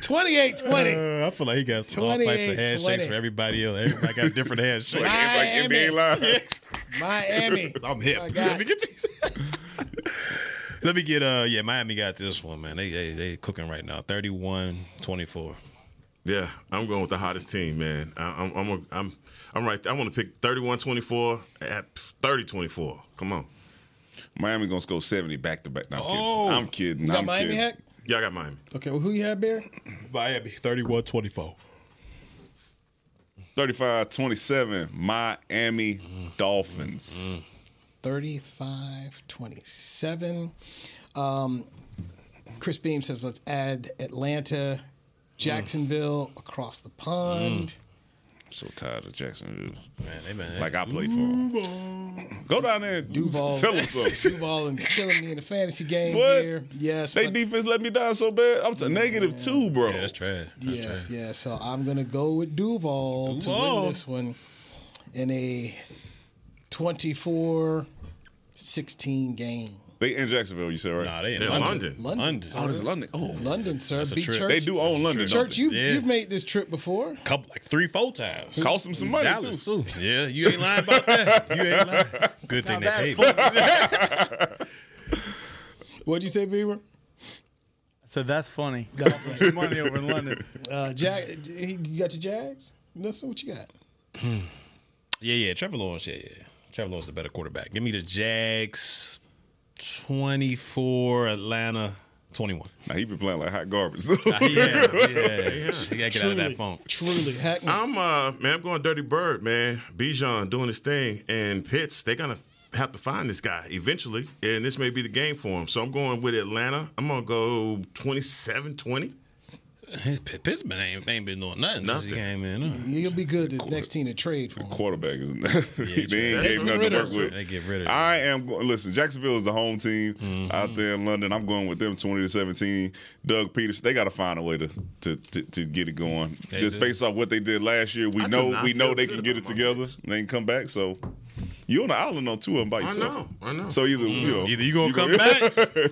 [SPEAKER 1] 28 20.
[SPEAKER 5] Uh, I feel like he got all types
[SPEAKER 1] 28,
[SPEAKER 5] of handshakes
[SPEAKER 1] 20.
[SPEAKER 5] for everybody else. Everybody got a different handshake.
[SPEAKER 2] Everybody
[SPEAKER 1] Miami.
[SPEAKER 2] NBA line.
[SPEAKER 1] Miami.
[SPEAKER 5] I'm hip.
[SPEAKER 1] My God.
[SPEAKER 5] Let me get these. Let me get uh yeah, Miami got this one, man. They they, they cooking right now. 31-24.
[SPEAKER 3] yeah, I'm going with the hottest team, man. I, I'm I'm a- I'm I'm right. there. I want to pick 31-24 at 30-24. Come on,
[SPEAKER 2] Miami gonna score 70 back to back. No,
[SPEAKER 5] Oh.
[SPEAKER 2] I'm
[SPEAKER 1] You
[SPEAKER 2] kidding. I'm kidding.
[SPEAKER 1] got
[SPEAKER 2] I'm
[SPEAKER 1] Miami
[SPEAKER 2] kidding.
[SPEAKER 1] hack?
[SPEAKER 3] y'all got Miami.
[SPEAKER 1] Okay, well, who you have, Bear?
[SPEAKER 5] Miami 31-24.
[SPEAKER 2] 35-27, Miami
[SPEAKER 3] Mm-hmm.
[SPEAKER 2] Dolphins.
[SPEAKER 1] 35 27. Um, Chris Beam says, let's add Atlanta, Jacksonville across the pond.
[SPEAKER 2] Mm. So tired of Jacksonville.
[SPEAKER 5] Man, they been
[SPEAKER 2] Like I play for 'em. Go down there and
[SPEAKER 1] Duval,
[SPEAKER 2] tell them something.
[SPEAKER 1] Duval and killing me in the fantasy game
[SPEAKER 2] What?
[SPEAKER 1] here. Yes,
[SPEAKER 2] They
[SPEAKER 1] but-
[SPEAKER 2] defense let me down so bad. I'm t- negative two, bro.
[SPEAKER 5] Yeah, that's trash. That's
[SPEAKER 1] yeah,
[SPEAKER 5] trash.
[SPEAKER 1] yeah. So I'm gonna go with Duval, to win
[SPEAKER 5] Duval.
[SPEAKER 1] this one in a 24-16 game.
[SPEAKER 2] They in Jacksonville, you said, right?
[SPEAKER 5] Nah, they in
[SPEAKER 3] Yeah,
[SPEAKER 5] London.
[SPEAKER 3] London.
[SPEAKER 1] London,
[SPEAKER 5] London.
[SPEAKER 1] sir.
[SPEAKER 2] London. Oh,
[SPEAKER 1] London, sir.
[SPEAKER 5] a
[SPEAKER 1] Beat
[SPEAKER 5] trip.
[SPEAKER 1] Church.
[SPEAKER 2] they do own London. don't
[SPEAKER 1] Church,
[SPEAKER 2] they?
[SPEAKER 1] you
[SPEAKER 5] Yeah.
[SPEAKER 1] you've made this trip before.
[SPEAKER 5] Couple like three, four times.
[SPEAKER 2] cost them some money
[SPEAKER 5] Dallas
[SPEAKER 2] too.
[SPEAKER 5] too. Yeah, you ain't lying about that. You ain't lying. Good thing they paid. me.
[SPEAKER 1] What'd you say, Beaver?
[SPEAKER 4] So that's funny.
[SPEAKER 1] No, I'm sorry.
[SPEAKER 4] Money over in London.
[SPEAKER 1] uh, Jag, you got your Jags? Listen, what you got?
[SPEAKER 5] Yeah, yeah, Trevor Lawrence. Yeah, yeah. Trevor Lawrence is the better quarterback. Give me the Jags 24, Atlanta 21.
[SPEAKER 2] Nah, he been playing like hot garbage. though.
[SPEAKER 5] yeah, yeah. You gotta get out of that phone.
[SPEAKER 1] Truly, hack me.
[SPEAKER 3] I'm uh man, I'm going Dirty Bird, man. Bijan doing his thing, and Pitts, they're gonna f- have to find this guy eventually, and this may be the game for him. So I'm going with Atlanta. I'm gonna go 27-20.
[SPEAKER 5] His Pitt- Pittsburgh ain't, ain't been doing nothing, since he
[SPEAKER 3] Nothing.
[SPEAKER 5] came in. huh?
[SPEAKER 1] You'll be good the next team to trade for. him.
[SPEAKER 2] Quarterback is they ain't gave
[SPEAKER 1] They get
[SPEAKER 2] nothing to
[SPEAKER 1] rid
[SPEAKER 2] work
[SPEAKER 1] of
[SPEAKER 2] with.
[SPEAKER 5] They get rid of Mm-hmm.
[SPEAKER 2] I am going. Listen, Jacksonville is the home team out there in London. I'm going with them, twenty to seventeen. Doug Peters, they got to find a way to to, to, to get it going.
[SPEAKER 5] They do.
[SPEAKER 2] Just based off what they did last year, we
[SPEAKER 3] I do
[SPEAKER 2] know
[SPEAKER 3] not
[SPEAKER 2] we know
[SPEAKER 3] feel
[SPEAKER 2] they
[SPEAKER 3] good
[SPEAKER 2] can get it
[SPEAKER 3] about my
[SPEAKER 2] together. and They can come back. So you on the island on two of them by
[SPEAKER 3] I
[SPEAKER 2] yourself.
[SPEAKER 3] know, I know.
[SPEAKER 2] So either you know
[SPEAKER 5] Mm-hmm. Either you gonna come back.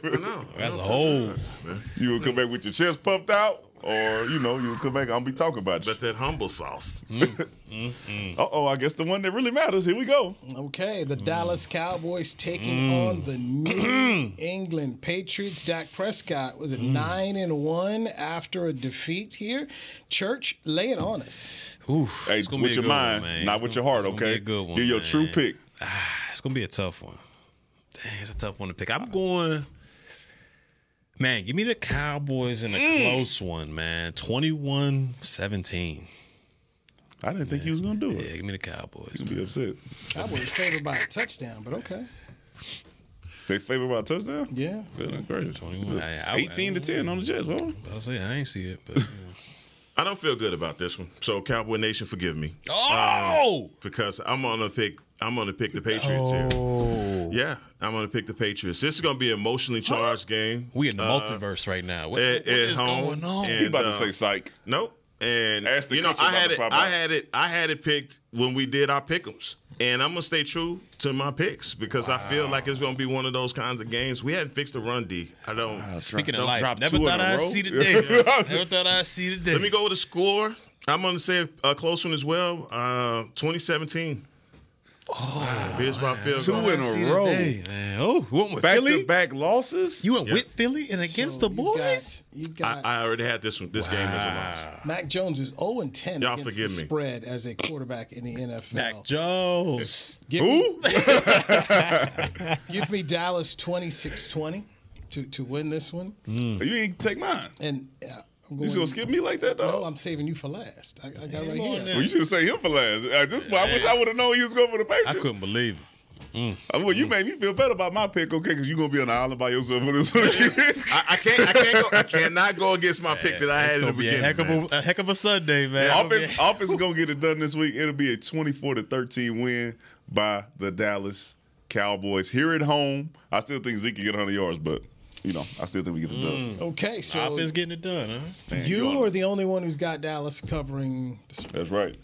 [SPEAKER 3] I know.
[SPEAKER 5] That's a whole.
[SPEAKER 2] you will come back with your chest puffed out, or you know you'll come back. I'll be talking about you.
[SPEAKER 3] But that humble sauce.
[SPEAKER 5] Mm.
[SPEAKER 2] Uh oh, I guess the one that really matters. Here we go.
[SPEAKER 1] Okay, the Dallas Cowboys taking
[SPEAKER 5] Mm.
[SPEAKER 1] on the New England Patriots. Dak Prescott was it nine and one after a defeat here. Church, lay it on us.
[SPEAKER 5] Oof,
[SPEAKER 2] Hey,
[SPEAKER 5] it's gonna be
[SPEAKER 2] with
[SPEAKER 5] a
[SPEAKER 2] your
[SPEAKER 5] good one,
[SPEAKER 2] mind,
[SPEAKER 5] man.
[SPEAKER 2] not
[SPEAKER 5] It's
[SPEAKER 2] with
[SPEAKER 5] gonna-
[SPEAKER 2] your heart.
[SPEAKER 5] it's gonna be
[SPEAKER 2] Okay,
[SPEAKER 5] a good one,
[SPEAKER 2] Give your true
[SPEAKER 5] man.
[SPEAKER 2] pick. Uh,
[SPEAKER 5] It's gonna be a tough one. Dang, it's a tough one to pick. I'm going. Man, give me the Cowboys in a
[SPEAKER 2] Mm.
[SPEAKER 5] close one, man. 21 17.
[SPEAKER 2] I didn't think he was gonna do it.
[SPEAKER 5] Yeah, give me the Cowboys.
[SPEAKER 2] He'd be upset.
[SPEAKER 1] I was favored by a touchdown, but okay.
[SPEAKER 2] They favored by a touchdown.
[SPEAKER 1] Yeah.
[SPEAKER 2] Yeah, that's crazy.
[SPEAKER 5] 21. I- I-
[SPEAKER 2] Eighteen to ten on the Jets. Well,
[SPEAKER 5] I'll say I ain't see it, but you know.
[SPEAKER 3] I don't feel good about this one. So Cowboy Nation, forgive me.
[SPEAKER 5] Oh!
[SPEAKER 3] because I'm gonna pick I'm gonna pick the Patriots
[SPEAKER 5] Oh.
[SPEAKER 3] here. Yeah, I'm gonna pick the Patriots. This is gonna be an emotionally charged game.
[SPEAKER 5] we in the
[SPEAKER 3] Uh,
[SPEAKER 5] multiverse right now. What,
[SPEAKER 3] at-
[SPEAKER 5] what
[SPEAKER 3] at
[SPEAKER 5] is
[SPEAKER 3] home,
[SPEAKER 5] going on?
[SPEAKER 3] and-
[SPEAKER 2] he about
[SPEAKER 3] uh,
[SPEAKER 2] to say psych.
[SPEAKER 3] Nope. And
[SPEAKER 2] Ask the
[SPEAKER 3] you know,
[SPEAKER 2] coaches
[SPEAKER 3] I
[SPEAKER 2] about
[SPEAKER 3] had
[SPEAKER 2] the
[SPEAKER 3] it.
[SPEAKER 2] pop
[SPEAKER 3] I
[SPEAKER 2] out.
[SPEAKER 3] had it. I had it picked when we did our pickems, and I'm gonna stay true to my picks because I feel like it's gonna be one of those kinds of games. We hadn't fixed a run D. I don't.
[SPEAKER 5] Speaking of
[SPEAKER 2] Don't
[SPEAKER 5] life,
[SPEAKER 2] drop
[SPEAKER 5] never
[SPEAKER 2] two in
[SPEAKER 5] thought
[SPEAKER 2] a
[SPEAKER 5] I'd
[SPEAKER 2] row.
[SPEAKER 5] see the day. never thought I'd see the day.
[SPEAKER 3] Let me go with the score. I'm gonna say a close one as well. Uh, 2017. Oh, here's my field
[SPEAKER 2] Two
[SPEAKER 3] goal.
[SPEAKER 2] in a row.
[SPEAKER 5] Hey, man. Oh, you went with
[SPEAKER 2] Back
[SPEAKER 5] Philly?
[SPEAKER 2] to back losses.
[SPEAKER 5] You went with Philly and against the boys?
[SPEAKER 1] You
[SPEAKER 3] I,
[SPEAKER 1] got,
[SPEAKER 3] I already had this one. This game as a loss.
[SPEAKER 1] Mac Jones is 0 and 10
[SPEAKER 3] Y'all
[SPEAKER 1] against
[SPEAKER 3] forgive
[SPEAKER 1] the
[SPEAKER 3] me.
[SPEAKER 1] spread as a quarterback in the NFL.
[SPEAKER 5] Mac Jones.
[SPEAKER 1] Give
[SPEAKER 2] Who?
[SPEAKER 1] Give me Dallas 26-20 to, to win this one.
[SPEAKER 2] You ain't take mine.
[SPEAKER 1] And uh, I'm going,
[SPEAKER 2] You gonna skip me like that, though?
[SPEAKER 1] No, I'm saving you for last. I, I got it right
[SPEAKER 5] on
[SPEAKER 1] here.
[SPEAKER 5] now.
[SPEAKER 2] Well, you should have saved him for last. At this point, I wish I would have known you was going for the Patriots.
[SPEAKER 5] I couldn't believe it. Mm.
[SPEAKER 2] Uh, Well, you made me feel better about my pick, okay? Because you gonna be on the island by yourself for this one.
[SPEAKER 3] I, I can't. I can't. Go, I cannot go against my pick that I
[SPEAKER 5] It's
[SPEAKER 3] had in
[SPEAKER 5] gonna
[SPEAKER 3] the
[SPEAKER 5] be
[SPEAKER 3] beginning.
[SPEAKER 5] a heck,
[SPEAKER 3] man.
[SPEAKER 5] of a, a heck of a Sunday, man.
[SPEAKER 2] offense, offense is gonna get it done this week. It'll be a twenty-four to thirteen win by the Dallas Cowboys here at home. I still think Zeke can get hundred yards, but you know, I still think we get the
[SPEAKER 5] Mm.
[SPEAKER 2] dub.
[SPEAKER 1] Okay, so
[SPEAKER 5] Offense getting it done, huh?
[SPEAKER 2] Man,
[SPEAKER 1] you
[SPEAKER 2] on-
[SPEAKER 1] are the only one who's got Dallas covering the spread.
[SPEAKER 2] That's right.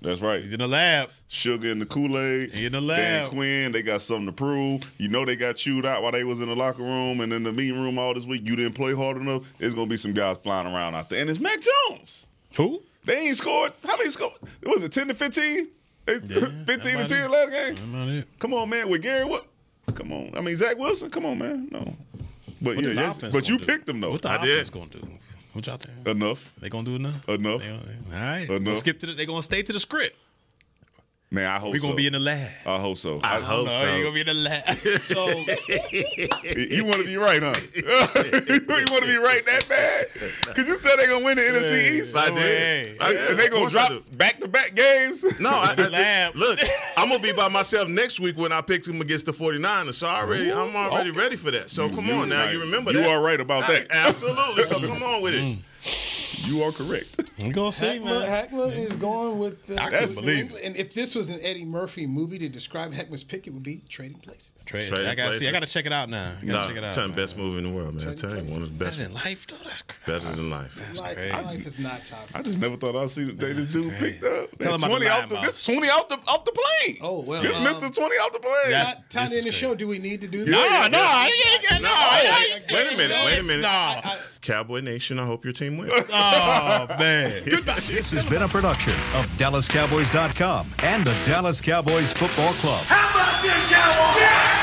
[SPEAKER 2] That's right.
[SPEAKER 5] He's in the lab.
[SPEAKER 2] Sugar in the Kool Aid.
[SPEAKER 5] He in the
[SPEAKER 2] Dan
[SPEAKER 5] lab.
[SPEAKER 2] Quinn, they got something to prove. You know they got chewed out while they was in the locker room and in the meeting room all this week. You didn't play hard enough. There's gonna be some guys flying around out there, and it's Mac Jones.
[SPEAKER 5] Who?
[SPEAKER 2] They ain't scored. How many scored? Was it ten to fifteen? Fifteen to
[SPEAKER 5] about
[SPEAKER 2] ten
[SPEAKER 5] it.
[SPEAKER 2] last game.
[SPEAKER 5] Not it.
[SPEAKER 2] Come on, man. With Gary, what? Come on. I mean Zach Wilson. Come on, man. No. But yeah,
[SPEAKER 5] the
[SPEAKER 2] yes-
[SPEAKER 5] offense
[SPEAKER 2] but
[SPEAKER 5] gonna
[SPEAKER 2] you
[SPEAKER 5] do?
[SPEAKER 2] picked them though.
[SPEAKER 5] What the
[SPEAKER 2] I
[SPEAKER 5] offense
[SPEAKER 2] did.
[SPEAKER 5] going to do? What y'all think?
[SPEAKER 2] Enough.
[SPEAKER 5] They going to do enough?
[SPEAKER 2] Enough.
[SPEAKER 5] They gonna- all right.
[SPEAKER 2] Enough.
[SPEAKER 5] We'll skip to the, they going to stay to the script.
[SPEAKER 2] Man, I hope
[SPEAKER 5] We're going
[SPEAKER 2] so.
[SPEAKER 5] to be in the lab.
[SPEAKER 2] I hope so. I,
[SPEAKER 5] Oh, no, you going to be in the lab.
[SPEAKER 1] So
[SPEAKER 2] You want to be right, huh? you want to be right that bad? Because you said they're going to win the NFC East.
[SPEAKER 3] I
[SPEAKER 2] And
[SPEAKER 3] did. I-
[SPEAKER 2] they
[SPEAKER 3] of
[SPEAKER 2] going to
[SPEAKER 3] course I
[SPEAKER 2] drop
[SPEAKER 3] do.
[SPEAKER 2] back to back games.
[SPEAKER 3] No, I, I,
[SPEAKER 5] Lab.
[SPEAKER 3] look, I'm gonna be by myself next week when I pick them against the 49ers. So I already, I'm already ready for that. So come on now,
[SPEAKER 2] right.
[SPEAKER 3] you remember
[SPEAKER 2] You
[SPEAKER 3] that?
[SPEAKER 2] are right about that.
[SPEAKER 3] Absolutely. So come on with it.
[SPEAKER 2] You are correct.
[SPEAKER 5] We're going to see,
[SPEAKER 1] Heckma,
[SPEAKER 5] man.
[SPEAKER 1] Heckma is going with the.
[SPEAKER 5] I couldn't
[SPEAKER 1] with New
[SPEAKER 5] believe it.
[SPEAKER 1] England. And if this was an Eddie Murphy movie to describe Heckma's pick, it would be Trading Places.
[SPEAKER 5] Trade-
[SPEAKER 3] Trading
[SPEAKER 5] I gotta see.
[SPEAKER 3] places.
[SPEAKER 5] I gotta check it out now. I gotta
[SPEAKER 3] Nah,
[SPEAKER 5] check it out.
[SPEAKER 3] ten
[SPEAKER 5] man.
[SPEAKER 3] best movie in the world, man. I tell you, one of the
[SPEAKER 5] Better
[SPEAKER 3] best,
[SPEAKER 5] than life, though. That's crazy.
[SPEAKER 3] better than life.
[SPEAKER 1] Life,
[SPEAKER 5] crazy.
[SPEAKER 1] life is not top.
[SPEAKER 2] I just never thought I'd see that they this dude picked up.
[SPEAKER 5] Tell
[SPEAKER 2] And
[SPEAKER 5] him about the
[SPEAKER 2] 20 out
[SPEAKER 5] line,
[SPEAKER 2] the, this
[SPEAKER 5] Miles.
[SPEAKER 2] 20 out the, off the plane.
[SPEAKER 1] Oh, well,
[SPEAKER 2] This
[SPEAKER 1] um,
[SPEAKER 2] Mr. 20 out the plane.
[SPEAKER 5] That's-
[SPEAKER 1] Not time
[SPEAKER 5] this
[SPEAKER 1] to end
[SPEAKER 5] is crazy.
[SPEAKER 1] the show. Do we need to do
[SPEAKER 5] No,
[SPEAKER 1] this?
[SPEAKER 5] Oh, no, I ain't- no. I ain't-
[SPEAKER 3] Wait a minute, wait a minute.
[SPEAKER 5] No.
[SPEAKER 3] Cowboy Nation, I hope your team wins.
[SPEAKER 5] Oh man.
[SPEAKER 11] This has been a production of DallasCowboys.com and the Dallas Cowboys Football Club.
[SPEAKER 7] How about this, Cowboys? Yeah!